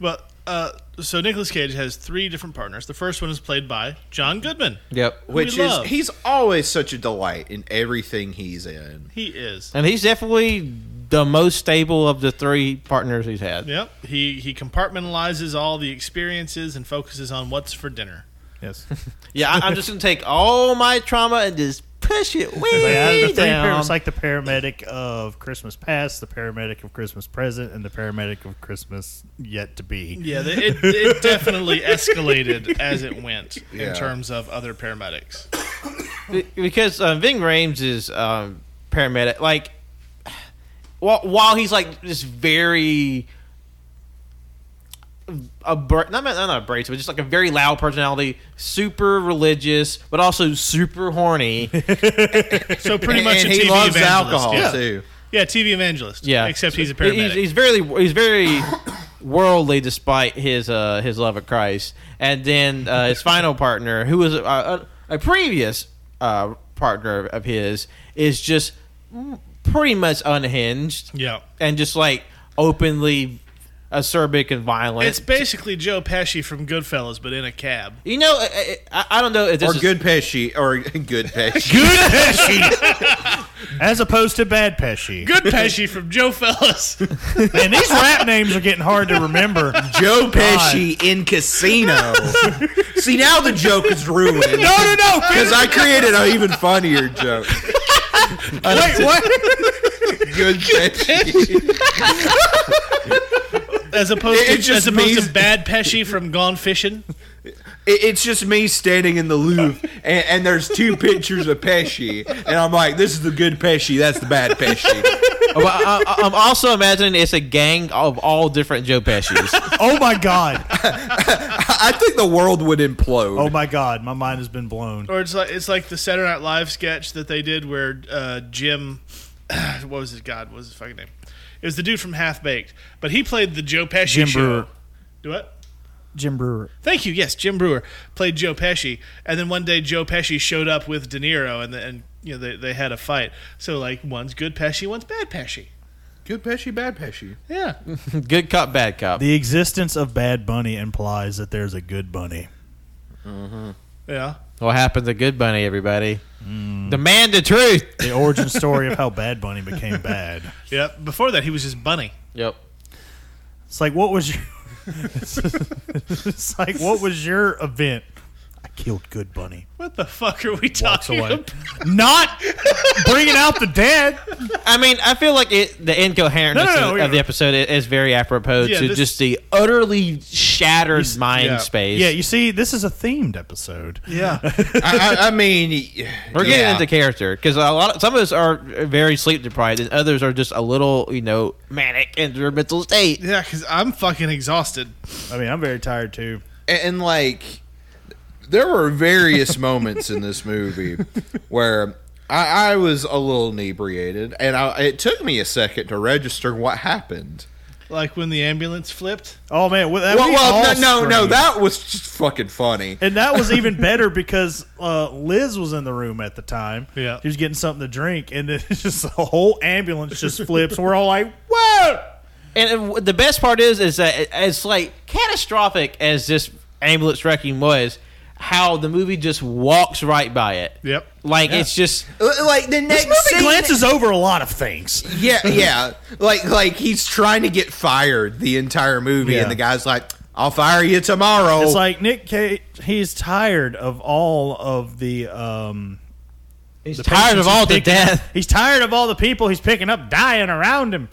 S7: But uh, so Nicolas Cage has three different partners. The first one is played by John Goodman.
S4: Yep.
S6: Which is
S7: love.
S6: he's always such a delight in everything he's in.
S7: He is.
S4: And he's definitely the most stable of the three partners he's had.
S7: Yep. He he compartmentalizes all the experiences and focuses on what's for dinner.
S8: Yes.
S4: Yeah, I, I'm just gonna take all my trauma and just push it
S8: Yeah,
S4: way
S8: the three par-
S4: down.
S8: it's like the paramedic of Christmas past, the paramedic of Christmas present, and the paramedic of Christmas yet to be.
S7: Yeah, they- it, it definitely escalated as it went
S6: Yeah.
S7: in terms of other paramedics.
S4: Be- because uh, Ving Rhames is um, paramedic. Like, while, while he's like this very abra- not not not abrasive, but just like a very loud personality, super religious, but also super horny.
S7: So pretty much
S6: and
S7: a
S6: he
S7: TV
S6: loves
S7: evangelist.
S6: alcohol
S7: yeah.
S6: too.
S7: Yeah, TV evangelist.
S4: Yeah,
S7: except he's a
S4: He-
S7: paramedic.
S4: He's, he's very he's very worldly, despite his uh his love of Christ. And then uh, his final partner, who was a, a, a previous uh partner of his, is just pretty much unhinged.
S7: yeah,
S4: and just like openly acerbic and violent.
S7: it's basically Joe Pesci from Goodfellas, but in a cab.
S4: you know, I, I, I don't know if this
S6: Or
S4: is
S6: good Pesci, or good Pesci.
S8: As opposed to Bad Pesci.
S7: Good Pesci from Joe Fellas.
S8: And these rap names are getting hard to remember.
S6: Joe Pesci in Casino. See, now the joke is ruined. No, no, no. Because I created an even funnier joke. Wait, what? Good Pesci.
S7: As opposed
S6: It-
S7: to
S6: it just
S7: as opposed
S6: means-
S7: to Bad Pesci from Gone Fishing.
S6: It- It's just me standing in the Louvre, and, and there's two pictures of Pesci, and I'm like, this is the good Pesci, that's the bad Pesci.
S4: Well, I, I, I'm also imagining it's a gang of all different Joe Pesci's.
S8: Oh my god.
S6: I think the world would implode.
S8: Oh my god. My mind has been blown.
S7: Or it's like it's like the Saturday Night Live sketch that they did where uh, Jim, what was his god? What was his fucking name? It was the dude from Half Baked, but he played the Joe Pesci.
S8: Jim
S7: show.
S8: Brewer.
S7: Do what?
S8: Jim Brewer.
S7: Thank you. Yes, Jim Brewer played Joe Pesci, and then one day Joe Pesci showed up with De Niro, and and you know they, they had a fight. So like one's good Pesci, one's bad Pesci.
S6: Good Pesci, bad Pesci.
S7: Yeah,
S4: good cop, bad cop.
S8: The existence of Bad Bunny implies that there's a good bunny.
S7: yeah.
S4: What happened to Good Bunny, everybody? Demand the truth.
S8: The origin story of how Bad Bunny became bad.
S7: Yeah, before that, he was just Bunny.
S4: Yep.
S8: It's like what was your It's like what was your event? I killed Good Bunny.
S7: What the fuck are we
S8: Walks
S7: talking
S8: away.
S7: about?
S8: Not bringing out the dead.
S4: I mean, I feel like it, the incoherence
S8: No, no, no,
S4: of,
S8: yeah.
S4: of the episode i- is very apropos
S7: Yeah,
S4: to
S7: this-
S4: just the utterly shattered mind
S7: yeah.
S4: space.
S8: Yeah, you see, this is a themed episode.
S7: Yeah,
S6: I, I, I mean,
S4: We're
S6: yeah.
S4: getting into character because a lot, of, some of us are very sleep deprived, and others are just a little, you know, manic in their mental state.
S7: yeah, because I'm fucking exhausted.
S8: I mean, I'm very tired too.
S6: and, and, like there were various moments in this movie where I, I was a little inebriated, and I, it took me a second to register what happened.
S7: Like when the ambulance flipped.
S8: Oh man, well, that
S6: Well,
S8: we
S6: well,
S8: all
S6: no, no, no,
S8: screamed.
S6: that was just fucking funny.
S8: and that was even better because uh, Liz was in the room at the time.
S7: Yeah.
S8: she was getting something to drink, and then it's just the whole ambulance just flips. We're all like, "Whoa!"
S4: And it- w- the best part is, is that it- it's like catastrophic as this ambulance wrecking was, how the movie just walks right by it.
S7: Yep.
S4: Like it's just
S6: L- Like the next
S8: Movie
S6: scene-
S8: glances over a lot of things.
S6: yeah, yeah. Like, like he's trying to get fired the entire movie,
S8: Yeah.
S6: and the guy's like, "I'll fire you tomorrow."
S8: It's like Nick Cage. He's tired of all of the. Um,
S4: he's
S8: the
S4: tired
S8: patients
S4: of
S8: he's
S4: all the
S8: picking
S4: death.
S8: up. He's tired of all the people he's picking up dying around him.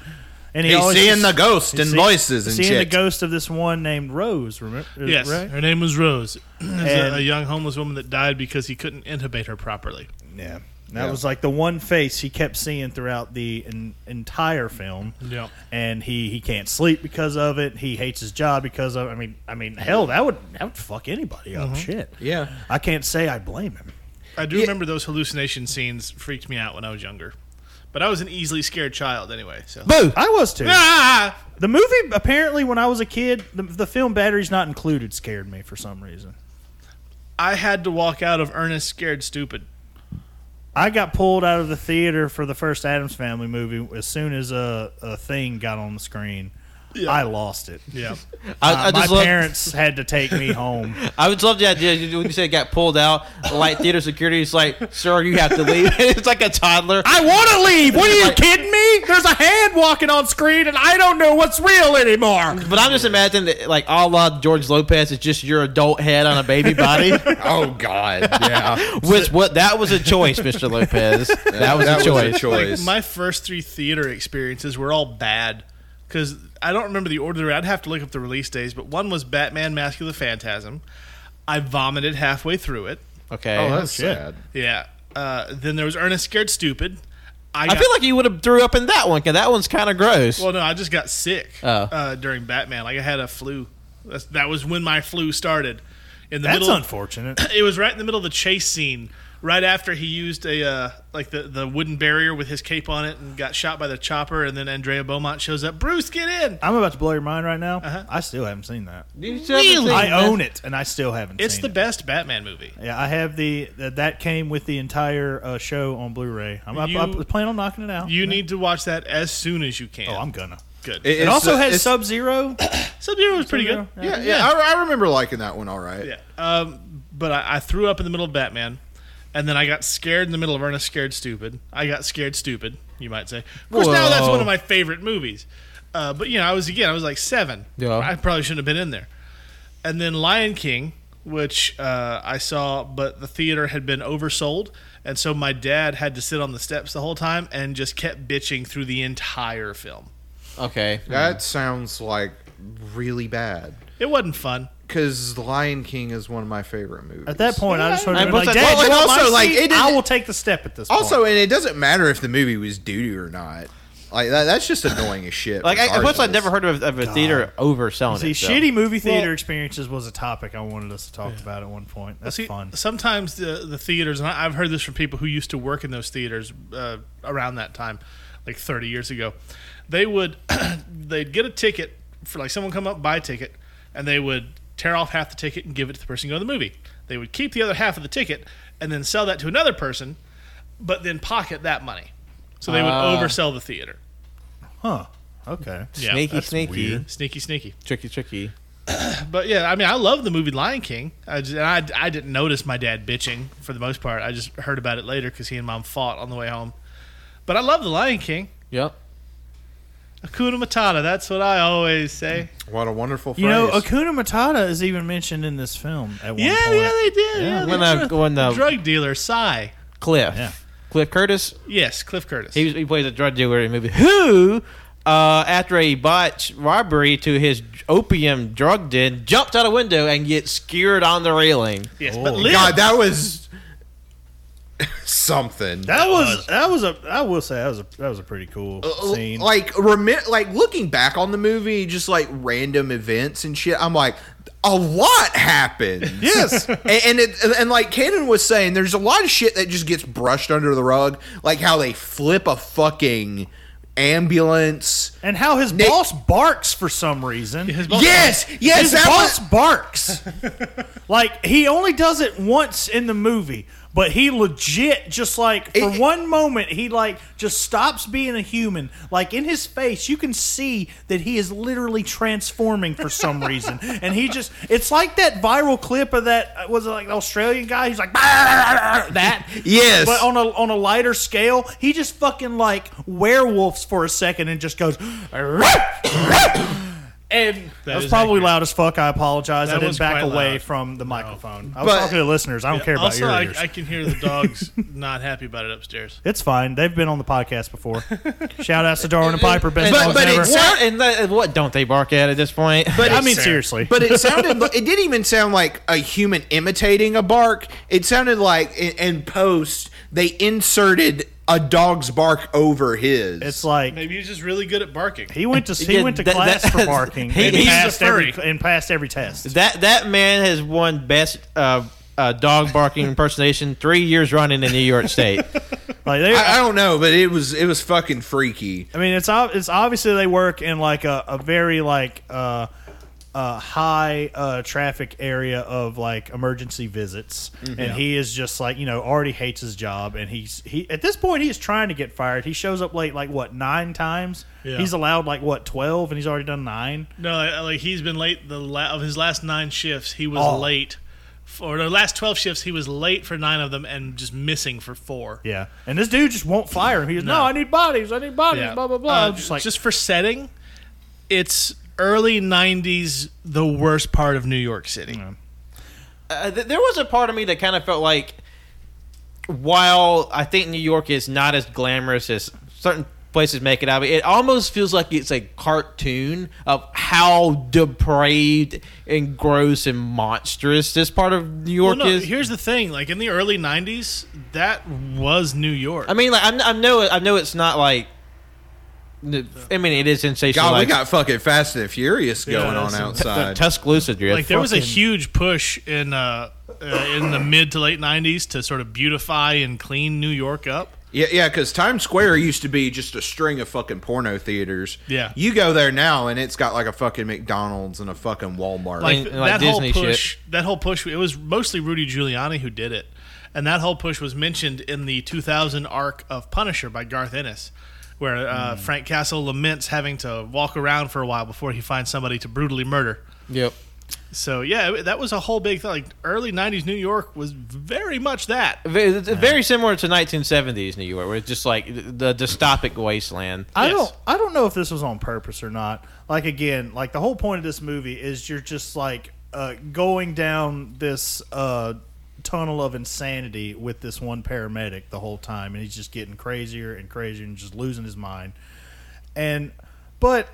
S8: And he
S6: he's
S8: always
S6: seeing
S8: just-
S6: the ghost and
S8: seeing-
S6: voices and
S8: seeing
S6: shit.
S8: the ghost of this one named Rose. Remember?
S7: Yes,
S8: Right?
S7: her name was Rose. It was a-
S8: And-
S7: a young homeless woman that died because he couldn't intubate her properly.
S8: Yeah. That was like the one face he kept seeing throughout the en- entire film.
S7: Yeah.
S8: And he, he can't sleep because of it. He hates his job because of I mean I mean hell that would that would fuck anybody up shit.
S6: Mm-hmm. Yeah.
S8: I can't say I blame him.
S7: I do remember those hallucination scenes freaked me out when I was younger, but I was an easily scared child anyway. So
S4: Boo!
S8: I was too.
S7: ah,
S8: The movie apparently when I was a kid the, the film Batteries Not Included scared me for some reason.
S7: I had to walk out of Ernest scared stupid.
S8: I got pulled out of the theater for the first Adams Family movie as soon as a, a thing got on the screen. I lost it.
S7: Yeah.
S4: I,
S8: Uh,
S4: I just
S8: my
S4: love,
S8: parents had to take me home.
S4: I would love the idea you- when you said it got pulled out. Like theater security is like, sir, you have to leave. it's like a toddler.
S8: I want to leave. What are you
S4: Like-
S8: kidding me? There's a hand walking on screen, and I don't know what's real anymore.
S4: But I'm just imagining that, like, a la George Lopez, it's just your adult head on a baby body.
S6: Oh God, yeah.
S4: Which what that was a choice, Mr. Lopez. That was
S6: that
S4: a
S6: was
S4: choice.
S6: a choice.
S7: Like, my first three theater experiences were all bad because I don't remember the order. I'd have to look up the release days, but one was Batman: Mask of the Phantasm. I vomited halfway through it.
S4: Okay.
S6: oh, that's sad.
S7: Yeah. Uh, then there was Ernest Scared Stupid.
S4: I feel like you would have threw up in that one because that one's kind of gross.
S7: Well, no, I just got sick
S4: Oh.
S7: uh, during Batman. Like I had a flu. That's, that was when my flu started. In the
S8: That's
S7: middle,
S8: unfortunate.
S7: it was right in the middle of the chase scene. Right after he used a uh, like the, the wooden barrier with his cape on it and got shot by the chopper, and then Andrea Beaumont shows up. Bruce, get in!
S8: I'm about to blow your mind right now.
S7: Uh-huh.
S8: I still haven't seen that.
S4: You still haven't seen
S8: I
S4: that?
S8: own it, and I still haven't.
S7: It's
S8: seen
S7: the
S8: it.
S7: best Batman movie.
S8: Yeah, I have the that, that came with the entire uh, show on Blu-ray. I'm, I, I
S7: You-
S8: plan on knocking it out.
S7: You need to watch that as soon as you can.
S8: Oh, I'm gonna.
S7: good.
S8: It
S6: it's
S8: also
S6: a-
S8: has
S6: it's-
S8: Sub Zero.
S7: Sub Zero was pretty good.
S6: Yeah, yeah. I, I remember liking that one. All right.
S7: Yeah. Um, but I, I threw up in the middle of Batman, and then I got scared in the middle of Ernest Scared Stupid. I got scared stupid, you might say. Of course, now that's
S4: Whoa.
S7: one of my favorite movies. Uh, but you know, I was again, I was like seven.
S4: Yeah.
S7: I probably shouldn't have been in there. And then Lion King, which uh, I saw, but the theater had been oversold, and so my dad had to sit on the steps the whole time and just kept bitching through the entire film.
S4: Okay.
S6: That sounds like really bad.
S7: It waswasn't fun.
S6: Because Lion King is one of my favorite movies.
S8: At that point, I just started
S4: And
S8: being
S4: plus
S8: like,
S4: I-
S8: Dad,
S4: well,
S6: and
S8: you want my
S6: also, like,
S8: seat?
S6: it didn't-
S8: I will take the step at this.
S6: also,
S8: point.
S6: and it doesn't matter if the movie was doo doo or not. Like that, that's just annoying as shit.
S4: Like, I, plus, I've
S6: regardless.
S4: never heard of, of a theater overselling
S8: see,
S4: it. so.
S8: shitty movie theater experiences was a topic I wanted us to talk about at one point. That's
S7: See,
S8: fun.
S7: Sometimes the the theaters, and I, I've heard this from people who used to work in those theaters uh, around that time, like 30 years ago. They would they'd get a ticket for like someone come up buy a ticket, and they would tear off half the ticket and give it to the person going to the movie. They would keep the other half of the ticket and then sell that to another person, but then pocket that money. So they would
S4: Ah.
S7: oversell the theater.
S8: Huh? Okay.
S7: Yeah,
S4: sneaky, sneaky,
S7: sneaky, sneaky.
S4: tricky, tricky.
S7: But yeah, I mean, I love the movie Lion King. I just, and I, I didn't notice my dad bitching for the most part. I just heard about it later because he and mom fought on the way home. But I love the Lion King.
S4: Yep.
S7: Akuna Matata. That's what I always say.
S6: What a wonderful phrase.
S8: You know, Akuna Matata is even mentioned in this film at one
S7: Yeah,
S8: point.
S7: yeah, they did. Yeah,
S4: When
S7: the
S4: the when the
S7: drug dealer Psy.
S4: Cliff,
S8: Yeah.
S4: Cliff Curtis,
S7: Yes, Cliff Curtis.
S4: he, was- he plays a drug dealer in the movie. Who, uh, after a botched robbery to his opium drug den, jumped out a window and gets skewered on the railing.
S7: yes, but lived.
S6: Oh, God, that was something.
S8: That was that was a I will say that was a that was a pretty cool scene.
S6: Uh, like remi- like looking back on the movie, just like random events and shit. I'm like, a lot happened. yes, and and, it, and like Cannon was saying, there's a lot of shit that just gets brushed under the rug, like how they flip a fucking ambulance.
S8: and how his
S6: Nick-
S8: boss barks for some reason. His
S6: Yes, yes, that
S8: boss
S6: was.
S8: barks. like he only does it once in the movie, but he legit just like for
S6: It-
S8: one moment he like just stops being a human. Like in his face, you can see that he is literally transforming for some reason, and he just it's like that viral clip of that uh, was it like the Australian guy. He's like that.
S6: Yes.
S8: but on a on a lighter scale, he just fucking like werewolves for a second and just goes. And that was
S7: is
S8: probably
S7: accurate.
S8: loud as fuck. I apologize.
S7: That
S8: I didn't
S7: was
S8: back
S7: quite
S8: away
S7: loud.
S8: from the microphone. I was
S6: But-
S8: talking to listeners. I don't care about
S7: also,
S8: your
S7: I,
S8: ears.
S7: I can hear the dogs not happy about it upstairs.
S8: it's fine. They've been on the podcast before. Shout outs to Darwin and Piper, best
S6: But-
S8: dogs
S6: but
S8: ever.
S6: it's- What?
S4: And that, what don't they bark at at this point?
S6: But
S8: I
S6: it
S8: mean,
S6: sa-
S8: seriously.
S6: But it sounded. li- it didn't even sound like a human imitating a bark. It sounded like in, in post they inserted a dog's bark over his.
S8: it's like
S7: Maybe he's just really good at barking.
S8: he went to he
S4: Yeah,
S8: went to
S4: that-
S8: class
S4: that-
S8: for barking
S4: He-
S8: and,
S4: he's a
S8: passed every,
S7: furry.
S8: and passed every test.
S4: That that man has won best uh, uh, dog barking impersonation three years running in New York State.
S8: Like they,
S6: I, I don't know, but it was it was fucking freaky.
S8: I mean, it's ob- it's obviously they work in like a, a very like uh, uh, high uh, traffic area of like emergency visits, and he is just like you know already hates his job, and he's he at this point he is trying to get fired. He shows up late like what nine times.
S7: Yeah.
S8: He's allowed like what twelve, and he's already done nine.
S7: No, I- I- like he's been late the la- of his last nine shifts. He was
S8: Oh.
S7: late for the last twelve shifts. He was late for nine of them and just missing for four.
S8: Yeah, and this dude just won't fire him. He's no,
S7: No.
S8: I need bodies, I need bodies,
S7: Yeah.
S8: blah blah blah.
S7: Uh,
S8: I'm just like
S7: just for setting, it's early '90s, the worst part of New York City.
S4: uh, th- there was a part of me that kind of felt like while I think New York is not as glamorous as certain places make it out, of it, it almost feels like it's a cartoon of how depraved and gross and monstrous this part of New
S7: Well,
S4: York
S7: no,
S4: is.
S7: here's the thing: like in the early '90s, that was New York.
S4: I mean, like I, I know, I know it's not like. I mean, it is sensational.
S6: God, we
S4: like,
S6: got fucking Fast and Furious going on
S7: that's-
S6: outside.
S4: Tuscaloosa drift.
S7: like there was a huge push in uh, uh, in the mid to late '90s to sort of beautify and clean New York up.
S6: Yeah, yeah, because Times Square used to be just a string of fucking porno theaters.
S7: Yeah.
S6: You go there now and it's got like a fucking McDonald's and a fucking Walmart.
S7: like,
S4: And, like,
S7: that whole
S4: Disney
S7: push that whole push it was mostly rudy giuliani who did it and that whole push was mentioned in the 2000 arc of punisher by garth ennis where
S4: Hmm.
S7: uh, frank castle laments having to walk around for a while before he finds somebody to brutally murder
S4: Yep.
S7: so yeah it- that was a whole big thing like early 90s new york was very much that
S4: Very, very similar to 1970s New York, where it's just like the dystopic wasteland.
S8: I
S7: Yes.
S8: don't I don't know if this was on purpose or not. Like again, like the whole point of this movie is you're just like uh, going down this uh, tunnel of insanity with this one paramedic the whole time, and he's just getting crazier and crazier and just losing his mind. And but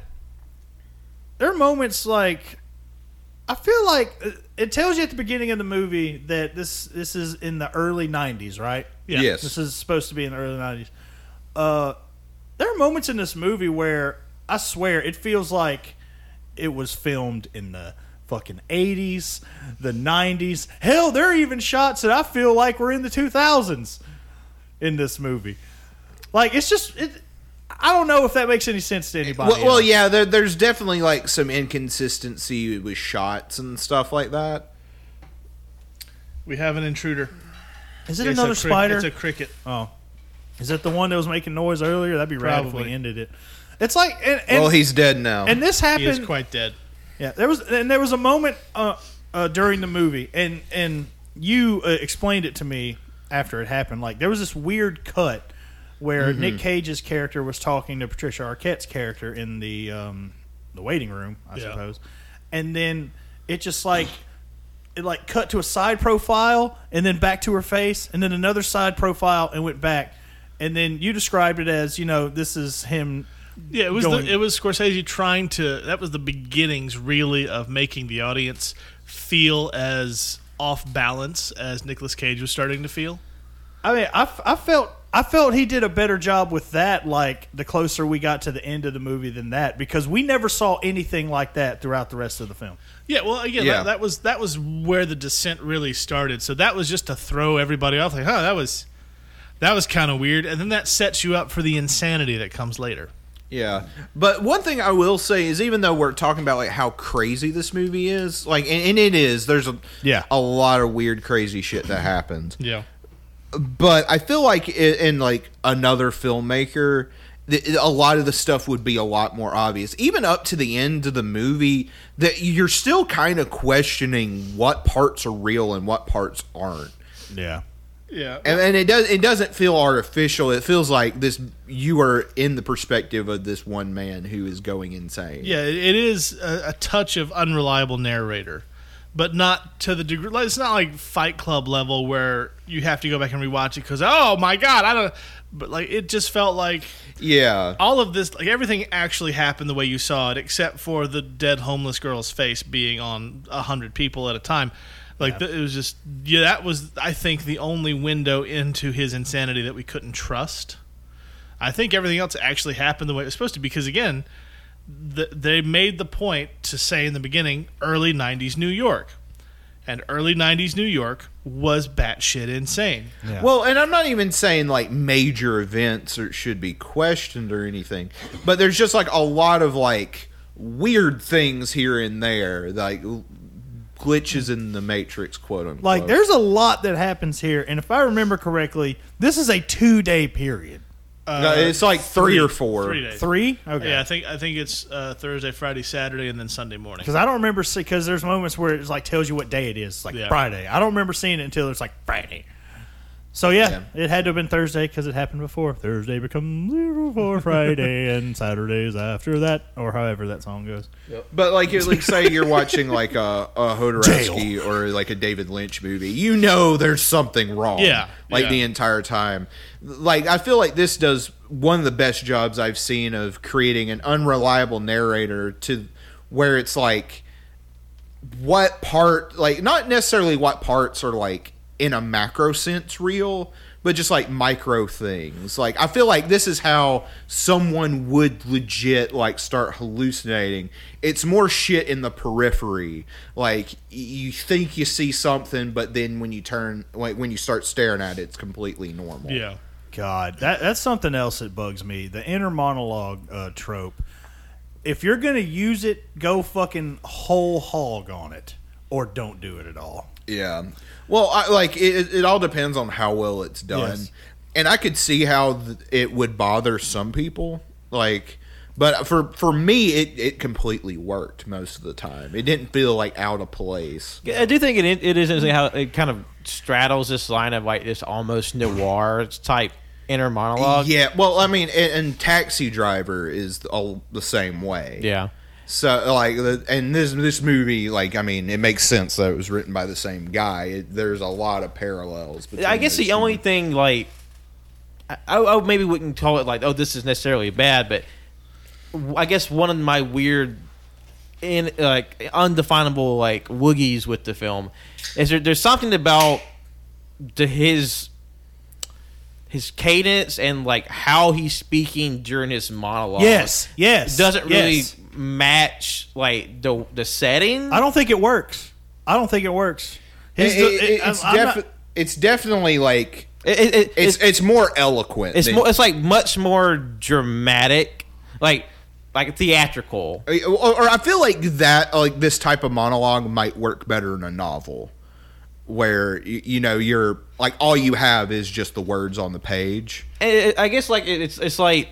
S8: there are moments like I feel like uh, it tells you at the beginning of the movie that this this is in the early '90s, right?
S7: yeah.
S6: yes.
S8: This is supposed to be in the early nineties. Uh, there are moments in this movie where I swear it feels like it was filmed in the fucking eighties, the nineties. Hell, there are even shots that I feel like we're in the two thousands in this movie. Like it's just it. I don't know if that makes any sense to anybody.
S6: well, well,
S8: else.
S6: yeah, there, there's definitely like some inconsistency with shots and stuff like that.
S7: we have an intruder
S8: Is it
S7: It's a
S8: another
S7: cric-
S8: spider?
S7: it's a cricket
S8: oh, is that the one that was making noise earlier? That'd be right if we
S7: Probably.
S8: ended it. It's like and, and,
S6: well, he's dead now.
S8: and this
S7: he is
S8: happened.
S7: quite dead
S8: Yeah, there was and there was a moment uh, uh, during the movie, and and you uh, explained it to me after it happened. Like there was this weird cut where
S7: Mm-hmm.
S8: Nick Cage's character was talking to Patricia Arquette's character in the um, the waiting room, I
S7: Yeah.
S8: suppose, and then it just like. It like cut to a side profile and then back to her face and then another side profile and went back and then you described it as you know this is him
S7: Yeah, it was
S8: going-
S7: the, it was Scorsese trying to. That was the beginnings, really, of making the audience feel as off balance as Nicolas Cage was starting to feel.
S8: I mean, I, f- I felt I felt he did a better job with that. Like the closer we got to the end of the movie than that, because we never saw anything like that throughout the rest of the film.
S7: Yeah, well, again,
S6: Yeah.
S7: That, that was that was where the descent really started. So that was just to throw everybody off, like, huh, that was that was kind of weird, and then that sets you up for the insanity that comes later.
S6: Yeah, but one thing I will say is, even though we're talking about like how crazy this movie is, like, and, and it is, there's a
S8: Yeah.
S6: a lot of weird, crazy shit that happens.
S7: Yeah,
S6: But I feel like in, in like another filmmaker, th- a lot of the stuff would be a lot more obvious. Even up to the end of the movie, that you're still kind of questioning what parts are real and what parts aren't.
S8: Yeah,
S7: yeah.
S6: And, and it does it doesn't feel artificial. It feels like this you are in the perspective of this one man who is going insane.
S7: Yeah, it it is a, a touch of unreliable narrator, but not to the degree. Like, it's not like Fight Club level where you have to go back and rewatch it because oh my god, I don't. But like, it just felt like
S6: Yeah.
S7: all of this, like everything actually happened the way you saw it, except for the dead homeless girl's face being on a hundred people at a time. Like th- it was just yeah, that was I think the only window into his insanity that we couldn't trust. I think everything else actually happened the way it was supposed to because again, th- they made the point to say in the beginning early '90s New York, and early '90s New York was batshit insane.
S6: Well, and I'm not even saying like major events or should be questioned or anything, but there's just like a lot of like weird things here and there, like l- glitches in the matrix, quote unquote.
S8: Like, there's a lot that happens here, and if I remember correctly, this is a two day period.
S6: No, it's like three, or four.
S7: Three days.
S8: Three? Okay.
S7: Yeah, I think I think it's uh, Thursday, Friday, Saturday, and then Sunday morning.
S8: Because I don't remember because there's moments where it's like tells you what day it is, like
S7: Yeah.
S8: Friday. I don't remember seeing it until it's like Friday. So yeah, it had to have been Thursday because it happened before. Thursday becomes zero for Friday, and Saturdays after that, or however that song goes.
S6: But like, it- like say you're watching like a, a Hodorowski or like a David Lynch movie, you know there's something wrong.
S7: Yeah,
S6: like
S7: yeah.
S6: the entire time. Like I feel like this does one of the best jobs I've seen of creating an unreliable narrator to where it's like what part like not necessarily what parts are like in a macro sense real but just like micro things like i feel like this is how someone would legit like start hallucinating it's more shit in the periphery like y- you think you see something but then when you turn like when you start staring at it it's completely normal
S7: yeah,
S8: God, that that's something else that bugs me. The inner monologue uh, trope. If you're gonna use it, go fucking whole hog on it, or don't do it at all.
S6: Yeah. Well, I, like it, it all depends on how well it's done,
S8: Yes.
S6: and I could see how th- it would bother some people. Like, but for for me, it it completely worked most of the time. It didn't feel like out of place.
S4: I do think it it is interesting how it kind of straddles this line of like this almost noir type inner monologue.
S6: yeah. Well, I mean, and, and Taxi Driver is all the same way.
S4: yeah.
S6: So like, the- and this this movie, like, I mean, it makes sense that it was written by the same guy. It, there's a lot of parallels.
S4: I
S6: between
S4: guess the
S6: those two
S4: only thing like I, I maybe wouldn't call it like oh this is necessarily bad, but w- I guess one of my weird in like undefinable like woogies with the film is there, there's something about the, his his cadence and like how he's speaking during his monologue.
S8: Yes, yes,
S4: doesn't really
S8: yes.
S4: match like the the setting.
S8: I don't think it works. I don't think it works. His-
S6: It- it-
S8: it-
S6: it's,
S8: I'm- I'm
S6: defi-
S8: not-
S6: it's definitely like
S4: It- it- it-
S6: it's it's more eloquent.
S4: It's
S6: than-
S4: more. It's like much more dramatic, like like theatrical.
S6: or, or I feel like that like this type of monologue might work better in a novel, where you, you know you're like all you have is just the words on the page.
S4: It- it- I guess like it- it's it's like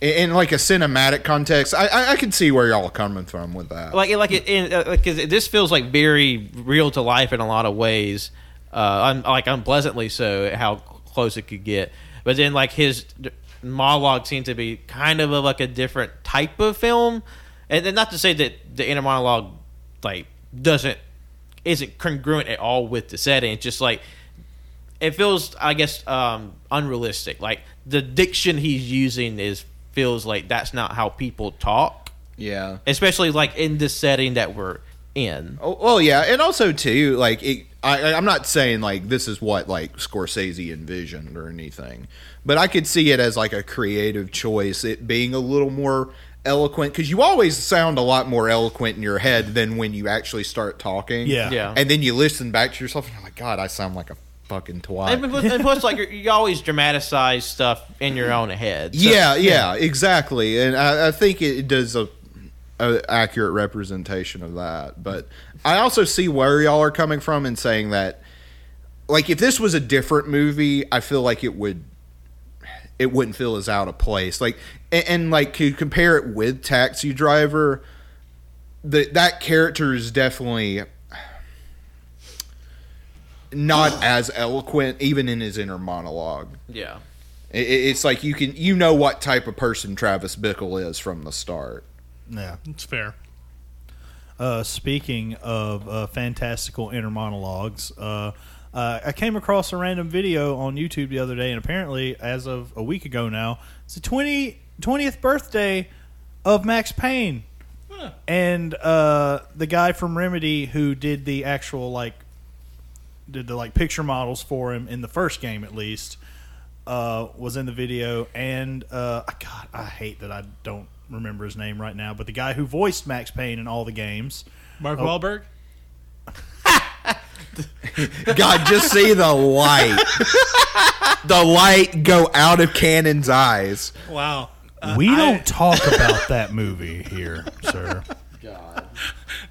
S6: In, in like a cinematic context, I, I I can see where y'all are coming from with that.
S4: like it- like it in uh, like 'cause it- this feels like very real to life in a lot of ways. Uh, un, like unpleasantly so at how close it could get. But then like his d- monologue seemed to be kind of a, like a different type of film, and, and not to say that the inner monologue like doesn't isn't congruent at all with the setting. It's just like it feels i guess um unrealistic like the diction he's using is feels like that's not how people talk
S6: yeah.
S4: especially like in the setting that we're in
S6: Oh, well, yeah, and also too, like it, I, I- I'm not saying like this is what like Scorsese envisioned or anything, but I could see it as like a creative choice, it being a little more eloquent because you always sound a lot more eloquent in your head than when you actually start talking.
S8: Yeah.
S4: Yeah.
S6: and then you listen back to yourself and you're like, God, I sound like a fucking twat.
S4: and, plus- and plus like you're, you always dramatize stuff in your own head So-
S6: yeah, yeah, exactly, and I, I think it does a, a accurate representation of that. But I also see where y'all are coming from in saying that, like, if this was a different movie, I feel like it would it wouldn't feel as out of place. Like, and, and like to compare it with Taxi Driver, the, that character is definitely not as eloquent, even in his inner monologue.
S4: yeah
S6: It, it- it's like you can you know what type of person Travis Bickle is from the start.
S8: yeah.
S7: it's fair.
S8: Uh, speaking of uh, fantastical inner monologues, uh, uh, I came across a random video on YouTube the other day, and apparently, as of a week ago now, it's the 20, 20th birthday of Max Payne. And uh, the guy from Remedy who did the actual, like, did the, like, picture models for him in the first game, at least, uh, was in the video. And, uh, God, I hate that I don't remember his name right now, but the guy who voiced Max Payne in all the games.
S7: Mark Wahlberg.
S6: God, just see the light. the light go out of Cannon's eyes.
S7: Wow.
S8: we don't talk about that movie here, sir.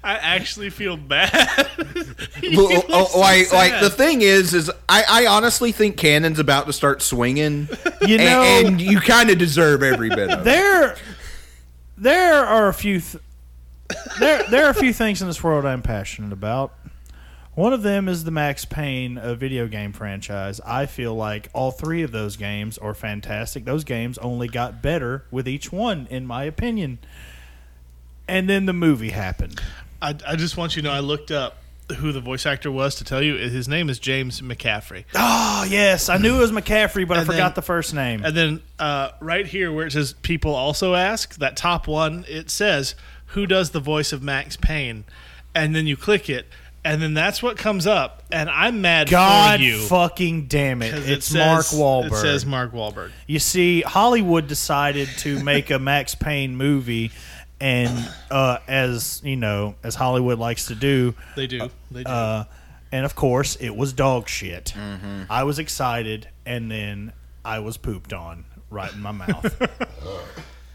S7: I actually feel bad. He
S6: Well,
S7: looks
S6: oh,
S7: so
S6: like, like
S7: sad.
S6: the thing is, is I, I honestly think Cannon's about to start swinging,
S8: You know,
S6: and, and you kind of deserve every bit of it.
S8: there there are a few th- there there are a few things in this world I'm passionate about. One of them is the Max Payne uh, video game franchise. I feel like all three of those games are fantastic. Those games only got better with each one, in my opinion. And then the movie happened.
S7: I, I just want you to know I looked up who the voice actor was to tell you. His name is James McCaffrey.
S8: Oh yes, I knew it was McCaffrey, but I
S7: And then-
S8: forgot the first name.
S7: And then uh, right here where it says people also ask, that top one, it says who does the voice of Max Payne, and then you click it, and then that's what comes up, and I'm mad
S8: God
S7: for you.
S8: fucking damn it!
S7: 'cause
S8: It's
S7: it
S8: Mark
S7: says-
S8: Wahlberg.
S7: It says Mark Wahlberg.
S8: You see, Hollywood decided to make a Max Payne movie, and uh, as you know, as Hollywood likes to do,
S7: They do. They do.
S8: uh, and of course, it was dog shit. I was excited, and then I was pooped on right in my mouth.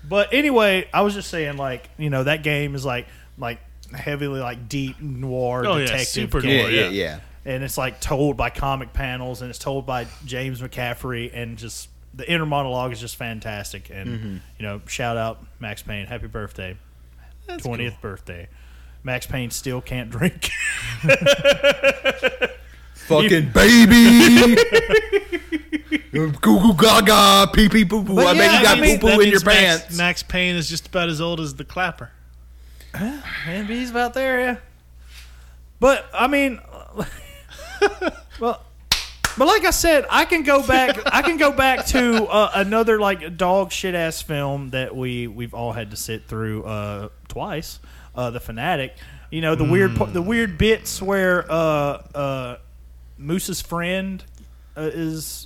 S8: but anyway, I was just saying, like, you know, that game is like, like heavily like deep noir
S7: Oh, yeah,
S8: detective
S7: super
S8: game
S7: noir, yeah.
S6: yeah.
S8: and it's like told by comic panels and it's told by James McCaffrey and just the inner monologue is just fantastic and you know shout out Max Payne happy birthday 20th birthday Max Payne still can't drink
S6: Fucking baby. Goo goo gaga, pee pee poo poo. I
S8: But
S6: bet
S8: yeah,
S6: you got
S8: I mean,
S6: poo
S7: That
S6: poo in
S7: means
S6: your
S7: Max,
S6: pants.
S7: Max Payne is just about as old as the clapper.
S8: and he's about there yeah but I mean well but like I said I can go back I can go back to uh, another like dog shit ass film that we we've all had to sit through uh, twice uh, the fanatic you know the weird po- the weird bits where uh, uh, Moose's friend uh, is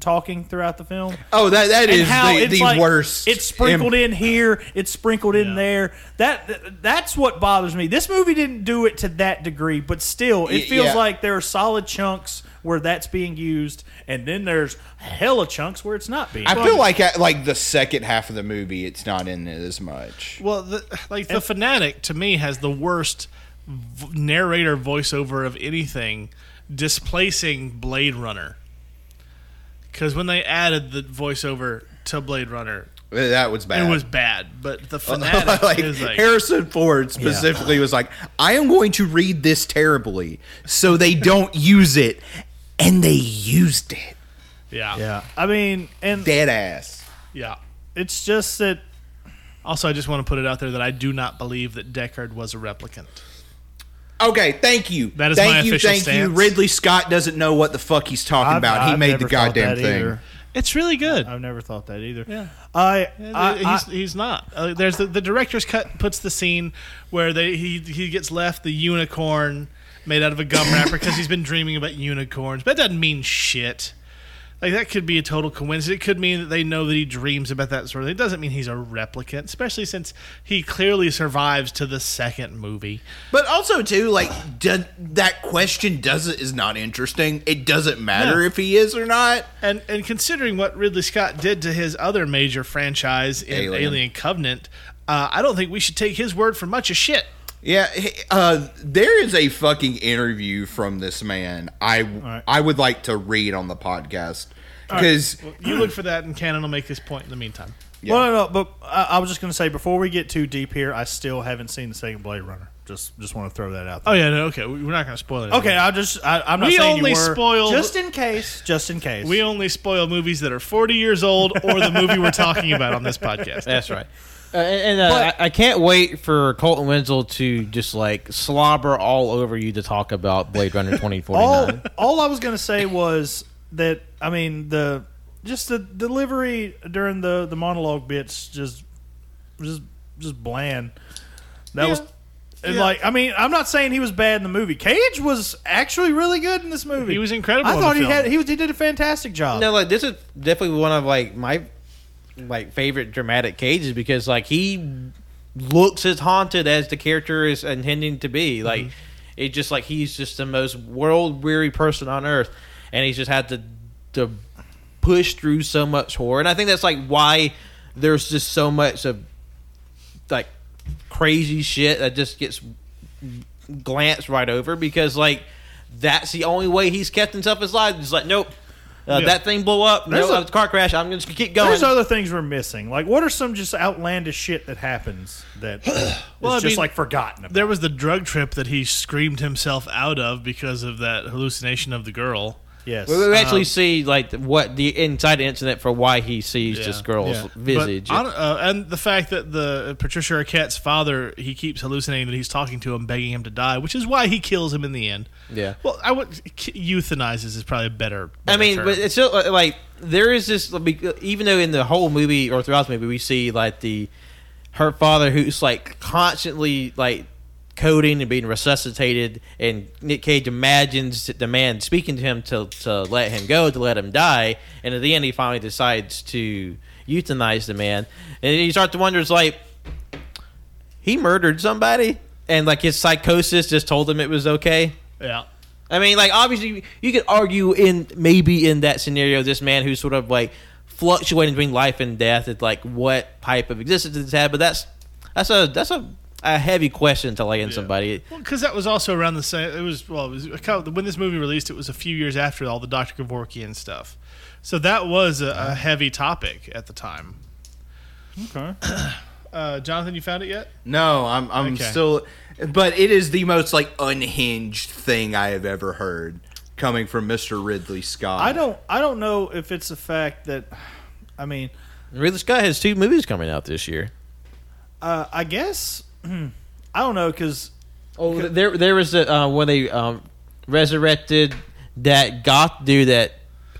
S8: talking throughout the film
S6: Oh, that that
S8: and
S6: is
S8: how
S6: the,
S8: it's
S6: the
S8: like,
S6: worst.
S8: It's sprinkled in here. It's sprinkled in there. That th- that's what bothers me. This movie didn't do it to that degree, but still,
S6: Y-
S8: it feels
S6: yeah.
S8: like there are solid chunks where that's being used, and then there's hella chunks where it's not being.
S6: I
S8: used.
S6: feel like at, like the second half of the movie, it's not in it as much.
S7: Well, the, like the fanatic to me has the worst v- narrator voiceover of anything, displacing Blade Runner. Because when they added the voiceover to Blade Runner,
S6: That was bad.
S7: it was bad. But the fanatic
S6: like,
S7: is like
S6: Harrison Ford specifically was like, I am going to read this terribly so they don't use it. And they used it.
S7: yeah, yeah,
S8: yeah. I mean, and
S6: Dead ass.
S8: it's just that
S7: Also, I just want to put it out there that I do not believe that Deckard was a replicant.
S6: Okay, thank you.
S7: That is
S6: thank
S7: my
S6: you,
S7: official
S6: thank you.
S7: stance.
S6: Ridley Scott doesn't know what the fuck he's talking
S8: I've,
S6: about. he
S8: I've
S6: made
S8: never
S6: the
S8: thought
S6: goddamn
S8: that
S6: thing.
S8: either.
S7: It's really good.
S8: I've never thought that either.
S7: Yeah.
S8: I, I, I-
S7: he's, he's not. Uh, there's the, the director's cut puts the scene where they he he gets left the unicorn made out of a gum wrapper because he's been dreaming about unicorns, but that doesn't mean shit. Like that could be a total coincidence. It could mean that they know that he dreams about that sort of thing. It doesn't mean he's a replicant, especially since he clearly survives to the second movie.
S6: But also too, like do, that question doesn't is not interesting. It doesn't matter
S7: No.
S6: if he is or not.
S7: And and considering what Ridley Scott did to his other major franchise in
S6: Alien.
S7: Alien, Covenant, uh, I don't think we should take his word for much of shit.
S6: Yeah, he- uh, there is a fucking interview from this man. I I would like to read on the podcast because
S7: You look for that, and Cannon will make his point in the meantime.
S8: Well, no, no, but I, I was just going to say before we get too deep here, I still haven't seen the second Blade Runner. Just, just want to throw that out there.
S7: Oh yeah, no, okay. we- We're not going to spoil it.
S8: Okay, I just I, I'm not
S7: We
S8: saying
S7: only
S8: you were.
S7: spoiled-
S8: just in case, just in case.
S7: we only spoil movies that are 40 years old or the movie we're talking about on this podcast.
S4: That's right. Uh, and and uh, I, I can't wait for Colton Wenzel to just like slobber all over you to talk about Blade Runner twenty forty
S8: all
S4: nine.
S8: all I was going to say was that I mean the just the delivery during the the monologue bits just just just bland. That was. and Like I mean, I'm not saying he was bad in the movie. Cage was actually really good in this movie.
S7: He was incredible
S8: I
S7: in the
S8: thought he
S7: film.
S8: had he was he did a fantastic job.
S4: No, like this is definitely one of like my like favorite dramatic cages because like he looks as haunted as the character is intending to be. Like it's just like he's just the most world weary person on earth, and he's just had to to push through so much horror. And I think that's like why there's just so much of like crazy shit that just gets glanced right over because like that's the only way he's kept himself alive. Just like nope, uh,
S7: Yeah.
S4: that thing blew up.
S8: There's
S4: no,
S8: a-
S4: uh, car crash. I'm just gonna keep going.
S8: There's other things we're missing. Like, what are some just outlandish shit that happens that is
S7: Well, I
S8: just
S7: mean,
S8: like forgotten about?
S7: There was the drug trip that he screamed himself out of because of that hallucination of the girl.
S8: yes.
S4: we
S7: Uh,
S4: we actually see like what the inside incident for why he sees
S7: Yeah.
S4: this girl's
S9: Yeah.
S7: But
S4: visage.
S7: I don't- uh, and the fact that the Patricia Arquette's father, he keeps hallucinating that he's talking to him, begging him to die, which is why he kills him in the end.
S4: Yeah.
S7: Well, I would ki- euthanizes is probably a better.
S4: I
S7: better
S4: mean,
S7: term.
S4: but it's still uh, like there is this. Even though in the whole movie or throughout the movie, we see like the her father who's like constantly like coding and being resuscitated, and Nick Cage imagines that the man speaking to him to to let him go, to let him die, and at the end he finally decides to euthanize the man, and you start to wonder, it's like he murdered somebody, and like his psychosis just told him it was okay.
S7: yeah.
S4: I mean, like obviously, you could argue in maybe in that scenario, this man who's sort of like fluctuating between life and death is like what type of existence he's had. But that's that's a that's a, a heavy question to lay in somebody.
S7: Well, because that was also around the same. It was well, it was a couple- when this movie released. It was a few years after all the Dr. Kevorkian stuff, so that was a, a heavy topic at the time.
S8: Okay.
S7: Uh, Jonathan, you found it yet?
S6: No, I'm I'm
S7: Okay.
S6: still but it is the most like unhinged thing I have ever heard coming from Mr. Ridley Scott.
S8: I don't. I don't know if it's the fact that. I mean,
S4: Ridley Scott has two movies coming out this year.
S8: uh, I guess I don't know because
S4: Oh, there there was a, uh, when they um, resurrected that goth dude that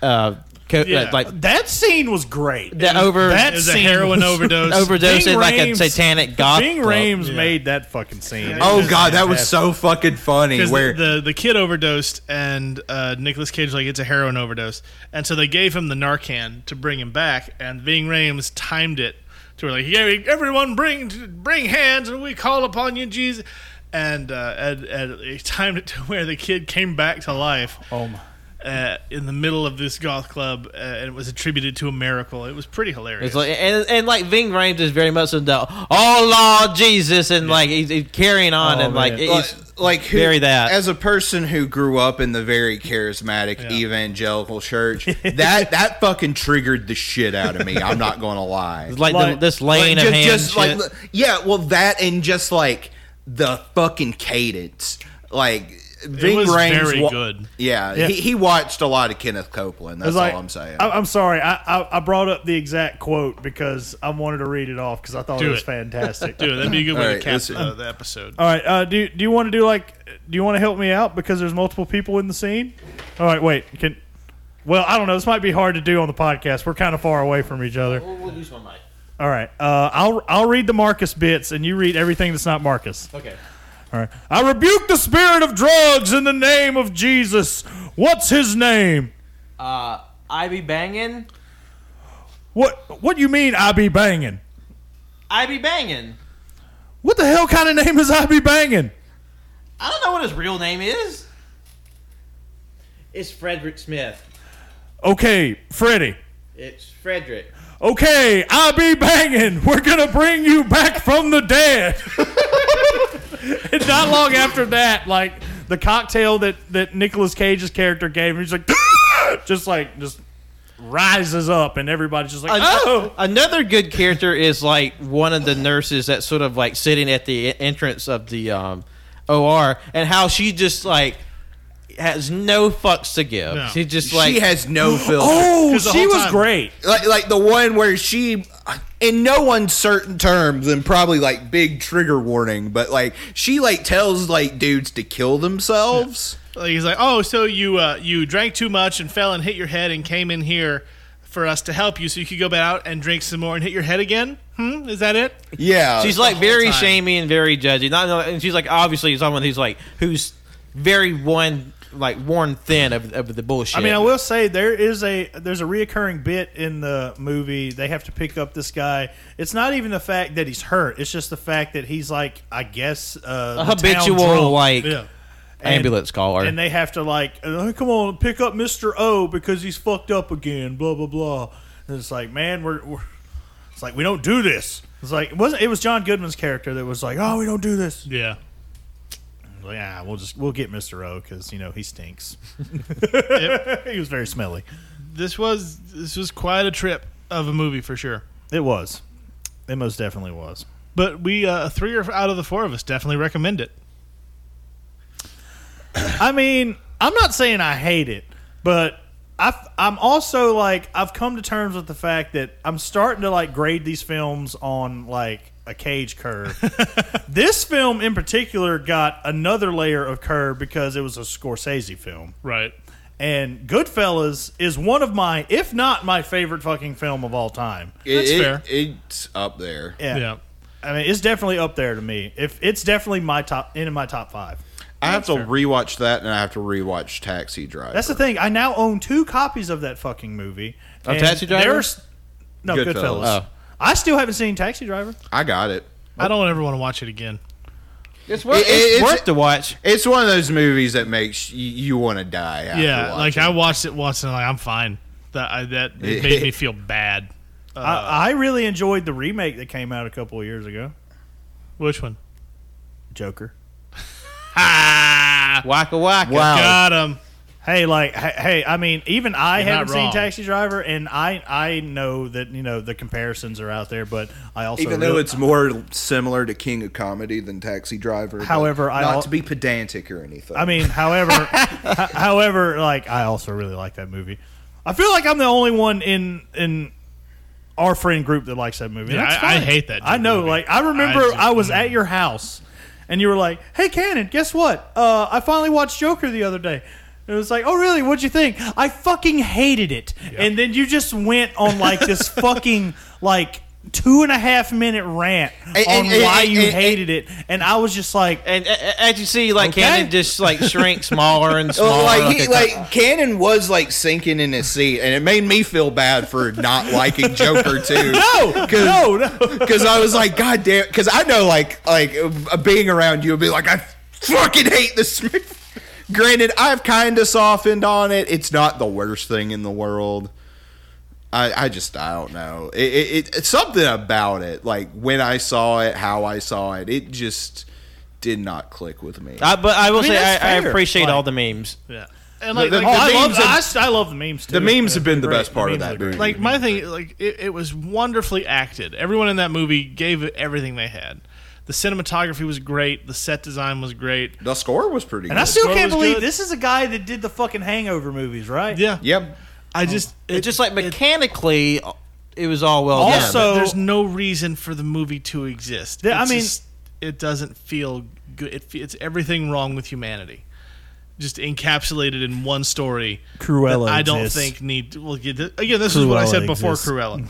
S4: uh, co-
S7: Yeah.
S4: like
S8: that scene was great.
S4: that over
S8: that
S7: It was a
S8: scene
S7: heroin
S8: was-
S7: overdose.
S4: overdose
S8: Bing
S4: in like a
S8: Rames-
S4: satanic goth.
S8: Bing
S4: club.
S8: Rames made that fucking scene. It
S6: Oh
S8: was
S6: god, that was
S8: fantastic.
S6: so fucking funny
S7: Because
S6: where
S7: the, the the kid overdosed, and uh, Nicholas Cage was like it's a heroin overdose, and so they gave him the Narcan to bring him back, and Ving Rhames timed it to where like yeah, everyone bring bring hands, and we call upon you, Jesus, and uh, and, and he timed it to where the kid came back to life. Oh my. Uh, in the middle of this goth club, uh, and it was attributed to a miracle. It was pretty hilarious.
S4: It's like and, and like Ving Rhames is very much in the oh Lord Jesus and like he's, he's carrying on and like it's
S6: like, like who,
S4: bury that.
S6: as a person who grew up in the very charismatic evangelical church that that fucking triggered the shit out of me i'm not gonna lie
S4: like,
S8: like-
S4: the, this laying
S6: Like,
S4: of hands.
S6: like
S4: shit.
S6: yeah well that and just like the fucking cadence like Ving
S7: was
S6: Rhames
S7: very
S6: wa-
S7: good.
S6: yeah,
S8: Yeah.
S6: He, he watched a lot of kenneth copeland
S8: It
S6: that's
S8: was like-
S6: all i'm saying
S8: I, am sorry. I, I I brought up the exact quote because I wanted to read it off because I thought
S7: Do
S8: it was
S7: it.
S8: fantastic.
S7: Dude, that'd be a good way
S6: All
S7: to
S6: right,
S7: cap
S6: listen.
S7: uh, the episode.
S8: All right. Uh, do do you want to do like? Do you want to help me out because there's multiple people in the scene? All right. Wait. Can. Well, I don't know. This might be hard to do on the podcast. We're kind of far away from each other.
S4: we'll lose my mic.
S8: All right. Uh, I'll I'll read the Marcus bits, and you read everything that's not Marcus.
S4: Okay.
S8: All right. I rebuke the spirit of drugs in the name of Jesus. What's his name?
S4: Uh, I be banging.
S8: What What you mean? I be banging?
S4: I be banging.
S8: What the hell kind of name is I be banging?
S4: I don't know what his real name is. It's Frederick Smith.
S8: Okay, Freddie.
S4: It's Frederick.
S8: Okay, I be banging. We're gonna bring you back from the dead. and not long after that, like the cocktail that that Nicolas Cage's character gave him, he's like, just like just rises up, and everybody's just like, oh.
S4: Another good character is like one of the nurses that's sort of like sitting at the en- entrance of the um, OR, and how she just like has no fucks to give.
S7: No.
S4: She just like
S6: she has no filter
S8: Oh,
S7: 'Cause the
S8: she
S7: whole
S8: was
S7: time-
S8: great.
S6: like like the one where she in no uncertain terms and probably like big trigger warning but like she like tells like dudes to kill themselves
S7: Like, he's like, oh, so you uh, you drank too much and fell and hit your head and came in here for us to help you, so you could go back out and drink some more and hit your head again. Hmm, is that it?
S6: yeah
S4: she's like very
S7: time.
S4: shamey and very judgy. Not and she's like obviously someone who's like who's very one like worn thin of, of the bullshit.
S8: I mean, I will say there is a there's a reoccurring bit in the movie. They have to pick up this guy. It's not even the fact that he's hurt. It's just the fact that he's like, I guess, uh,
S4: a
S8: the town
S4: habitual
S8: drunk.
S4: like
S7: Yeah.
S8: And-
S4: ambulance caller.
S8: and they have to like, "Oh, come on, pick up Mister O because he's fucked up again. Blah blah blah. And it's like, man, we're, we're It's like we don't do this. It's like it wasn't. It was John Goodman's character that was like, "Oh, we don't do this."
S7: Yeah.
S8: Well, yeah, we'll just we'll get Mister O because you know he stinks. he was very smelly.
S7: This was this was quite a trip of a movie for sure.
S8: It was. It most definitely was.
S7: But we uh, three or out of the four of us definitely recommend it.
S8: I mean, I'm not saying I hate it, but I I'm also like I've come to terms with the fact that I'm starting to like grade these films on like a cage curve. this film in particular got another layer of curve because it was a Scorsese film.
S7: Right.
S8: And Goodfellas is one of my, if not my favorite fucking film of all time.
S6: It- it-
S7: fair.
S6: It's up there.
S8: Yeah.
S7: Yeah.
S8: I mean, it's definitely up there to me. If it's definitely my top, in my top five.
S6: I have to rewatch that, and I have to rewatch Taxi Driver.
S8: That's the thing. I now own two copies of that fucking movie. Of
S4: Taxi Driver?
S8: no,
S6: Goodfellas.
S8: Goodfellas.
S6: Oh.
S8: I still haven't seen Taxi Driver.
S6: I got it.
S7: I don't ever want to watch it again.
S4: It's worth,
S6: It- it-
S4: it's
S6: it's-
S4: worth to watch.
S6: It's one of those movies that makes you, you want to die. After
S7: yeah. Like
S6: watching.
S7: I watched it once and I'm like I'm fine. That I, that it made me feel bad.
S8: I, I really enjoyed the remake that came out a couple of years ago.
S7: Which one?
S8: Joker.
S7: Ah,
S4: Waka waka.
S6: Wow.
S7: got him.
S8: Hey, like, hey, hey, I mean, even I
S7: You're not
S8: haven't seen
S7: wrong.
S8: Taxi Driver, and I, I know that you know the comparisons are out there, but I also
S10: Even though
S8: really-
S10: it's more similar to King of Comedy than Taxi Driver. but
S8: However, I
S10: not
S8: al-
S10: to be pedantic or anything.
S8: I mean, however, h- however, like I also really like that movie. I feel like I'm the only one in in our friend group that likes that movie. and
S7: Yeah,
S8: that's
S7: I- I
S8: fine.
S7: hate that
S8: I know.
S7: movie.
S8: Like I remember,
S7: I
S8: I,
S7: just- mm.
S8: was at your house, and you were like, "Hey, Cannon, guess what? Uh, I finally watched Joker the other day." And It was like, oh really? What'd you think? I fucking hated it. And then you just went on like this fucking like two and a half minute rant
S6: and-
S8: on
S6: and-
S8: why
S6: and-
S8: you
S6: and-
S8: hated it, and I was just like,
S4: And a- a- as you see, like
S8: Okay.
S4: Cannon just like shrinks smaller and smaller.
S6: Well, Oh, like he,
S4: Okay.
S6: like Cannon was like sinking in his seat, and it made me feel bad for not liking Joker too.
S8: no, no, no.
S6: because I was like, God damn, because I know like like uh, being around you would be like, I fucking hate this movie. Granted, I've kind of softened on it. It's not the worst thing in the world. I, I just I don't know. It, it, it it's something about it. Like when I saw it, how I saw it, it just did not click with me.
S4: I, but I will
S8: mean,
S4: say
S8: that's
S4: I, I
S8: fair.
S4: appreciate
S8: Like-
S4: all the memes.
S7: Yeah. And like,
S6: The- the-
S7: like,
S6: oh,
S7: the
S8: I
S7: memes
S8: love,
S7: are-
S8: I, s- I love the memes too.
S6: the memes
S8: They're-
S6: have been the
S8: they're
S6: best
S8: great.
S6: part of
S8: memes
S6: that
S8: are great.
S6: movie.
S7: like my thing like it, it was wonderfully acted everyone in that movie gave it everything they had the cinematography was great the set design was great
S6: the score was pretty.
S8: and I
S6: good.
S8: still
S7: Score
S8: can't
S7: was
S8: believe
S7: good.
S8: this is a guy that did the fucking Hangover movies, right?
S7: yeah
S6: Yep.
S7: i just it,
S4: It's just like mechanically, it was all well done.
S8: Also- So-
S7: there's no reason for the movie to exist
S8: Yeah, I
S7: It's
S8: mean-
S7: just- it doesn't feel good it, fe- it's everything wrong with humanity just encapsulated in one story
S8: Cruella
S7: that I don't
S8: exists.
S7: think need well yeah, th- again this is what I
S8: Cruella
S7: said before
S8: exists.
S7: Cruella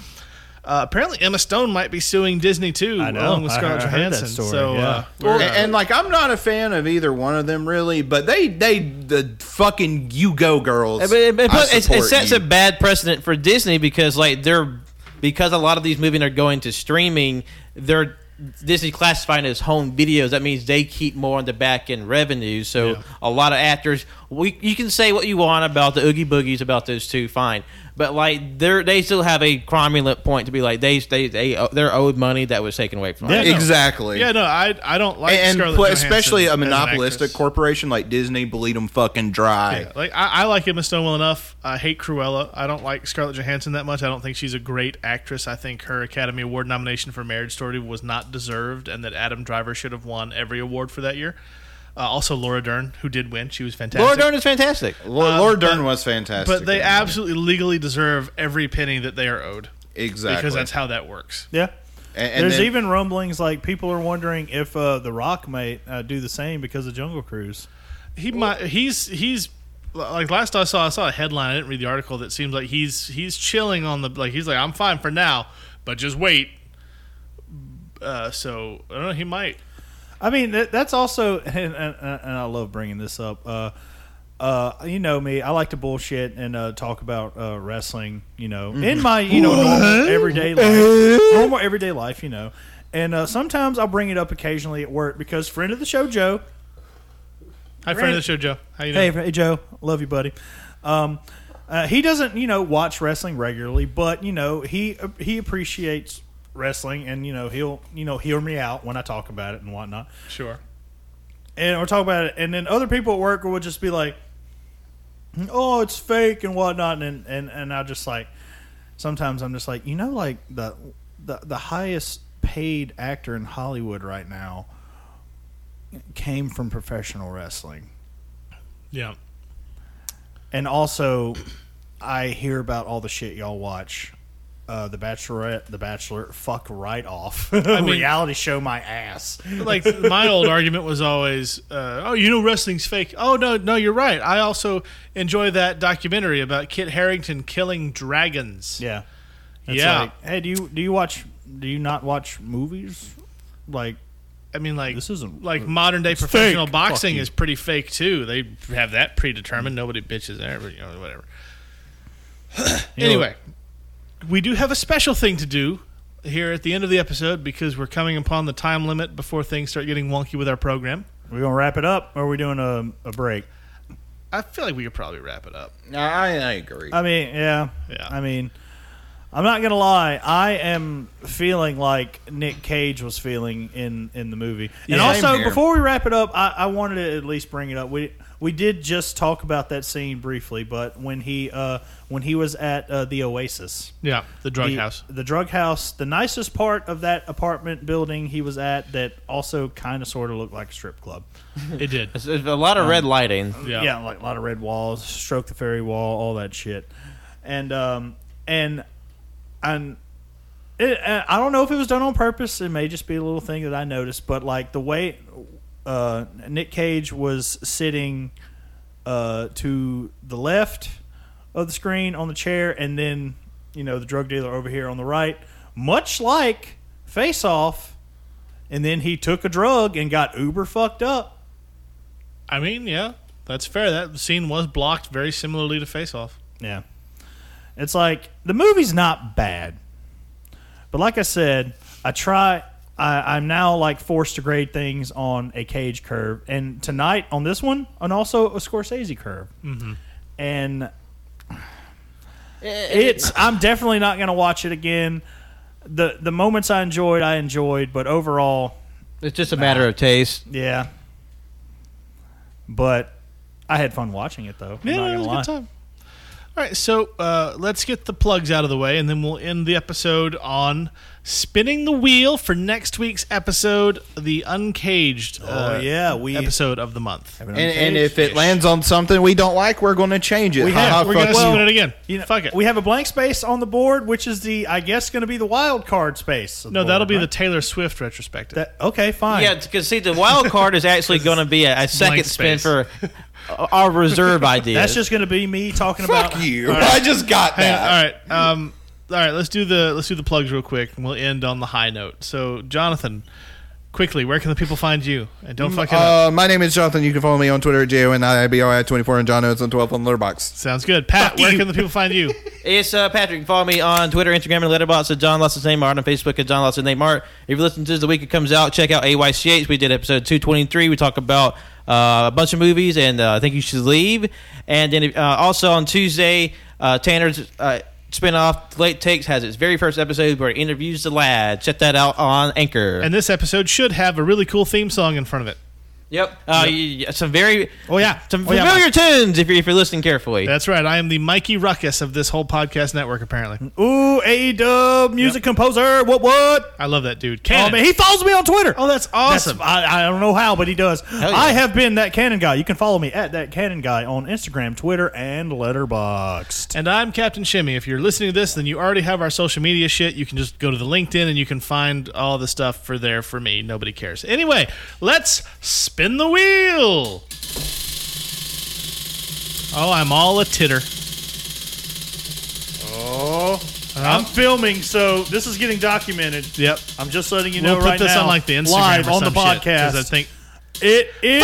S7: uh, apparently Emma Stone might be suing Disney too
S8: I know.
S7: along with
S8: I
S7: Scarlett
S8: heard- I heard that
S7: Johansson
S8: story,
S7: so
S8: yeah.
S7: uh,
S6: Well, and, and, like I'm not a fan of either one of them really, but they they the fucking you go girls.
S4: But it, but
S6: I
S4: it, it
S6: support
S4: sets
S6: you.
S4: a bad precedent for Disney because like they're because a lot of these movies are going to streaming. They're Disney classifying as home videos. That means they keep more on the back end revenue. So a lot of actors, we you can say what you want about the Oogie Boogies about those two, fine. But like they're they still have a cromulent point to be like they they they they're owed money that was taken away from them.
S7: Yeah, no.
S6: exactly.
S7: Yeah, no, I I don't like
S6: and
S7: Scarlett
S6: pl-
S7: Johansson
S6: especially
S7: as
S6: a
S7: an
S6: monopolistic
S7: actress.
S6: corporation like Disney, bleed them fucking dry.
S7: Yeah, like I, I like Emma Stone well enough. I hate Cruella. I don't like Scarlett Johansson that much. I don't think she's a great actress. I think her Academy Award nomination for Marriage Story was not deserved, and that Adam Driver should have won every award for that year. Uh, also, Laura Dern, who did win, she was fantastic. Uh,
S4: Laura Dern is fantastic.
S6: Lord, Lord Dern was fantastic.
S7: Um, but they
S6: in it.
S7: absolutely legally deserve every penny that they are owed
S6: exactly
S7: because that's how that works.
S8: Yeah.
S6: And- and
S8: There's
S6: then-
S8: even rumblings like people are wondering if uh, The Rock might uh, do the same because of Jungle Cruise.
S7: He might. He's he's like last I saw. I saw a headline. I didn't read the article. That seems like he's he's chilling on the like. He's like I'm fine for now, but just wait. Uh, so I don't know. He might.
S8: I mean, that, that's also, and, and, and I love bringing this up. Uh, uh, you know me, I like to bullshit and uh, talk about uh, wrestling. You know, in my you know normal everyday life, normal everyday life. You know, and uh, sometimes I'll bring it up occasionally at work because friend of the show Joe,
S7: Hi, friend of the show, Joe. How you doing?
S8: Hey, hey, Joe, love you, buddy. Um, uh, he doesn't, you know, watch wrestling regularly, but you know, he he appreciates wrestling, and you know he'll you know hear me out when I talk about it and whatnot,
S7: Sure.
S8: and or talk about it, and then other people at work will just be like, "Oh, it's fake and whatnot," and and and I just like sometimes I'm just like you know like the the the highest paid actor in Hollywood right now came from professional wrestling.
S7: Yeah.
S8: And also, I hear about all the shit y'all watch. Uh, the Bachelorette, The Bachelor, fuck right off.
S7: mean-
S8: reality show my ass.
S7: like my old argument was always, uh, "Oh, you know wrestling's fake." Oh no, no, you're right. I also enjoy that documentary about Kit Harrington killing dragons.
S8: Yeah, It's
S7: yeah.
S8: like, hey, do you do you watch? Do you not watch movies? Like
S7: I mean, like
S8: this isn't
S7: like modern day professional
S8: fake.
S7: boxing
S8: Fuck you.
S7: is pretty fake too. They have that predetermined. Nobody bitches there, but you know whatever.
S8: know-
S7: anyway, we do have a special thing to do here at the end of the episode because we're coming upon the time limit before things start getting wonky with our program.
S8: we're gonna wrap it up, or are we doing a, a break?
S7: I feel like we could probably wrap it up.
S6: I, I agree.
S8: I mean, yeah,
S7: Yeah.
S8: I mean, I'm not gonna lie. I am feeling like Nick Cage was feeling in in the movie. And
S6: Yeah. Same
S8: also,
S6: here.
S8: before we wrap it up, I, I wanted to at least bring it up. We we did just talk about that scene briefly, but when he uh when he was at uh, the Oasis.
S7: Yeah, the drug
S8: the,
S7: house.
S8: The drug house, the nicest part of that apartment building he was at that also kind of sort of looked like a strip club.
S7: It did.
S4: It's, it's a lot of red lighting.
S7: Yeah.
S8: Yeah, like a lot of red walls, stroke the fairy wall, all that shit. And um and and it, and I don't know if it was done on purpose. It may just be a little thing that I noticed, but like the way uh, Nick Cage was sitting uh, to the left of the screen on the chair, and then you know the drug dealer over here on the right, much like Face Off, and then he took a drug and got uber fucked up.
S7: I mean, yeah, that's fair. That scene was blocked very similarly to Face Off.
S8: Yeah. It's like the movie's not bad. But like I said, I try I, I'm now like forced to grade things on a cage curve. And tonight on this one, and also a Scorsese curve. Mm-hmm. And it's I'm definitely not gonna watch it again. The the moments I enjoyed, I enjoyed, but overall,
S4: It's just a matter of taste.
S8: yeah. But I had fun watching it though. I'm
S7: Yeah,
S8: not
S7: it was a
S8: gonna
S7: good
S8: lie.
S7: time. All right, so uh, let's get the plugs out of the way, and then we'll end the episode on spinning the wheel for next week's episode, the uncaged
S8: Oh
S7: uh,
S8: yeah, we
S7: episode of the month.
S8: have an
S6: and, and if it
S8: uncaged-ish.
S6: lands on something we don't like, we're going to change it.
S8: We
S6: Ha
S8: have-
S6: ha,
S7: We're gonna
S6: fuck you.
S7: spin it again.
S8: You know,
S7: Fuck it.
S8: We have a blank space on the board, which is the I guess going to be the wild card space.
S7: no, that'll be the Taylor Swift retrospective.
S8: that. Okay, fine.
S4: Yeah, because see, the wild card is actually going to be a, a second spin for our reserve ideas.
S8: that's just going to be me talking
S6: Fuck
S8: about.
S6: you. I just got
S7: Hang on,
S6: that.
S7: All right. Um, all right. Let's do the let's do the plugs real quick, and we'll end on the high note. So, Jonathan, quickly, where can the people find you? And
S8: Mm,
S7: don't fuck it up.
S6: Uh, my name is Jonathan. You can follow me on Twitter at JONIBRI24 E and John Owens on 12 on Letterboxd.
S7: Sounds good. Pat, where can the people find you?
S4: It's uh, Patrick. You can follow me on Twitter, Instagram, and Letterboxd at John Lawson's Name Art, on Facebook at John Lawson's Name Art. If you listen to this the week it comes out, check out AYCH. We did episode 223. We talk about uh, a bunch of movies and uh, I think you should leave. And then uh, also on Tuesday, uh, Tanner's uh, spinoff, Late Takes, has its very first episode where it interviews the lad. Check that out on Anchor.
S7: And this episode should have a really cool theme song in front of it.
S4: yep. Uh, y- y- Some very
S7: Oh yeah,
S4: some
S7: Oh, yeah.
S4: familiar tunes if you're, if you're listening carefully.
S7: That's right. I am the Mikey Ruckus of this whole podcast network. Apparently,
S8: Ooh, A Dub music composer. What what?
S7: I love that dude.
S8: Oh
S7: Cannon.
S8: man, he follows me on Twitter.
S7: Oh, that's
S8: That's-
S7: awesome.
S8: I, I don't know how, but he does.
S4: yeah.
S8: I have been that cannon guy. You can follow me at that cannon guy on Instagram, Twitter, and Letterboxd.
S7: and I'm Captain Shimmy. If you're listening to this, then you already have our social media shit. You can just go to the LinkedIn and you can find all the stuff for there for me. Nobody cares. Anyway, let's spin the wheel. Oh, I'm all a titter.
S8: Oh, I'm filming, so this is getting documented.
S7: Yep.
S8: I'm just letting you
S7: We'll
S8: know
S7: put
S8: right
S7: this
S8: now,
S7: on like the Instagram
S8: live
S7: or
S8: on the
S7: some shit, 'cause
S8: podcast. Oh,
S7: I think
S8: It is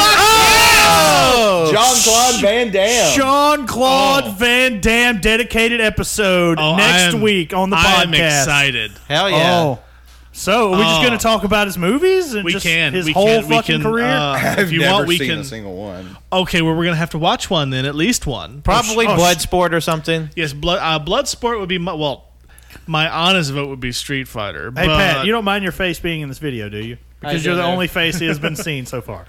S6: John Claude Van Damme.
S8: Sean Claude
S7: Oh.
S8: Van Damme dedicated episode
S7: Oh, I
S8: next
S7: am-
S8: week on the podcast.
S7: I'm excited.
S4: Hell yeah.
S8: Oh. So are we just
S7: Oh.
S8: going to talk about his movies and
S7: We
S8: just
S7: can.
S8: his
S7: we
S8: whole
S7: can,
S8: fucking
S7: we can,
S8: career?
S7: uh, if
S6: I've
S7: you
S6: never
S7: want, we
S6: seen
S7: can.
S6: a single one.
S7: Okay, well, we're gonna have to watch one then, at least one.
S4: Probably
S8: Oh, sh-
S4: Bloodsport or something.
S7: Yes, blood. Uh, Bloodsport would be my, well. My honest vote would be Street Fighter.
S8: Hey
S7: but,
S8: Pat, you don't mind your face being in this video, do you? Because you're the
S4: don't.
S8: only face that has been seen so far.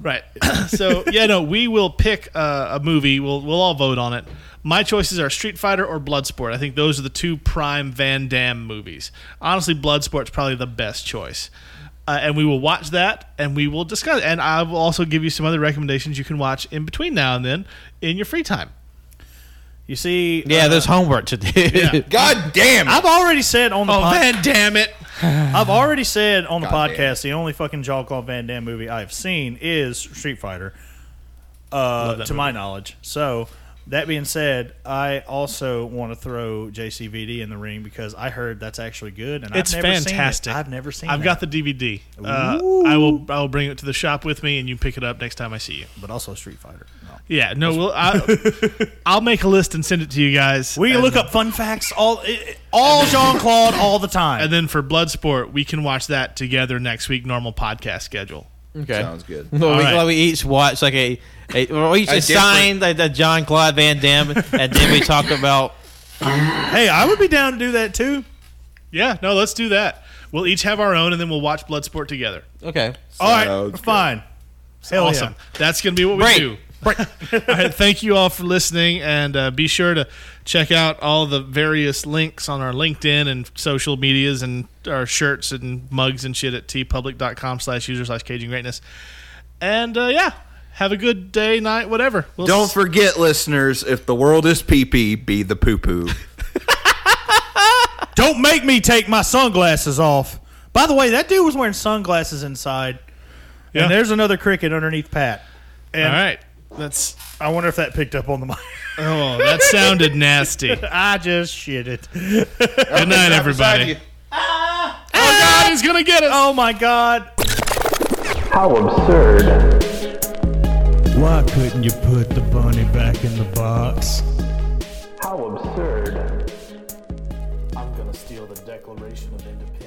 S7: Right. so yeah, no, we will pick uh, a
S8: Oh,
S7: movie. We'll we'll all vote on it. My choices are Street Fighter or Bloodsport. I think those are the two prime Van Damme movies. Honestly, Bloodsport's probably the best choice. Uh, and we will watch that and we will discuss. And I will also give you some other recommendations you can watch in between now and then in your free time.
S8: You see,
S4: Yeah, there's homework to do.
S6: God damn!
S8: I've already said on the
S7: Oh,
S8: pod-
S7: Van Damme it.
S8: I've already said on the
S6: God damn.
S8: podcast the only fucking Jean Claude Van Damme movie I've seen is Street Fighter, uh, to
S7: that
S8: my knowledge. So that being said, I also want to throw JCVD in the ring because I heard that's actually good and
S7: It's
S8: I've never
S7: fantastic.
S8: Seen it. I've never seen.
S7: I've got
S8: that.
S7: the DVD. Uh, I will I will bring it to the shop with me and you pick it up next time I see you.
S8: but also Street Fighter. No.
S7: Yeah, no, we'll, I, I'll make a list and send it to you guys.
S8: We can
S7: And-
S8: look up fun facts all all Jean Claude all the time.
S7: And then for Bloodsport, we can watch that together next week, normal podcast schedule.
S4: okay.
S6: Sounds good.
S4: Well, we,
S7: right.
S4: well, we each watch like a, a well, we each
S6: A
S4: assigned like the John Claude Van Damme, and then we talk about
S8: hey, I would be down to do that too.
S7: Yeah, no, let's do that. We'll each have our own, and then we'll watch Bloodsport together.
S4: okay.
S8: All right,
S10: Sounds good.
S8: fine. Hell
S7: awesome.
S8: yeah.
S7: That's going to be what we
S4: Break.
S7: do. all right, thank you all for listening, and uh, be sure to check out all the various links on our LinkedIn and social medias and our shirts and mugs and shit at tpublic.com slash user slash caging greatness. And uh, yeah, have a good day, night, whatever. We'll
S6: Don't
S7: s-
S6: forget, listeners, if the world is pee pee, be the poo poo.
S8: Don't make me take my sunglasses off. By the way, that dude was wearing sunglasses inside.
S7: Yeah.
S8: And there's another cricket underneath Pat.
S7: all right. That's
S8: I wonder if that picked up on the mic.
S7: oh, that sounded nasty.
S8: I just shitted.
S7: Good night, everybody. Oh God, he's gonna get us.
S8: Oh my god.
S3: How absurd.
S5: Why couldn't you put the bunny back in the box?
S3: How absurd.
S11: I'm gonna steal the Declaration of Independence.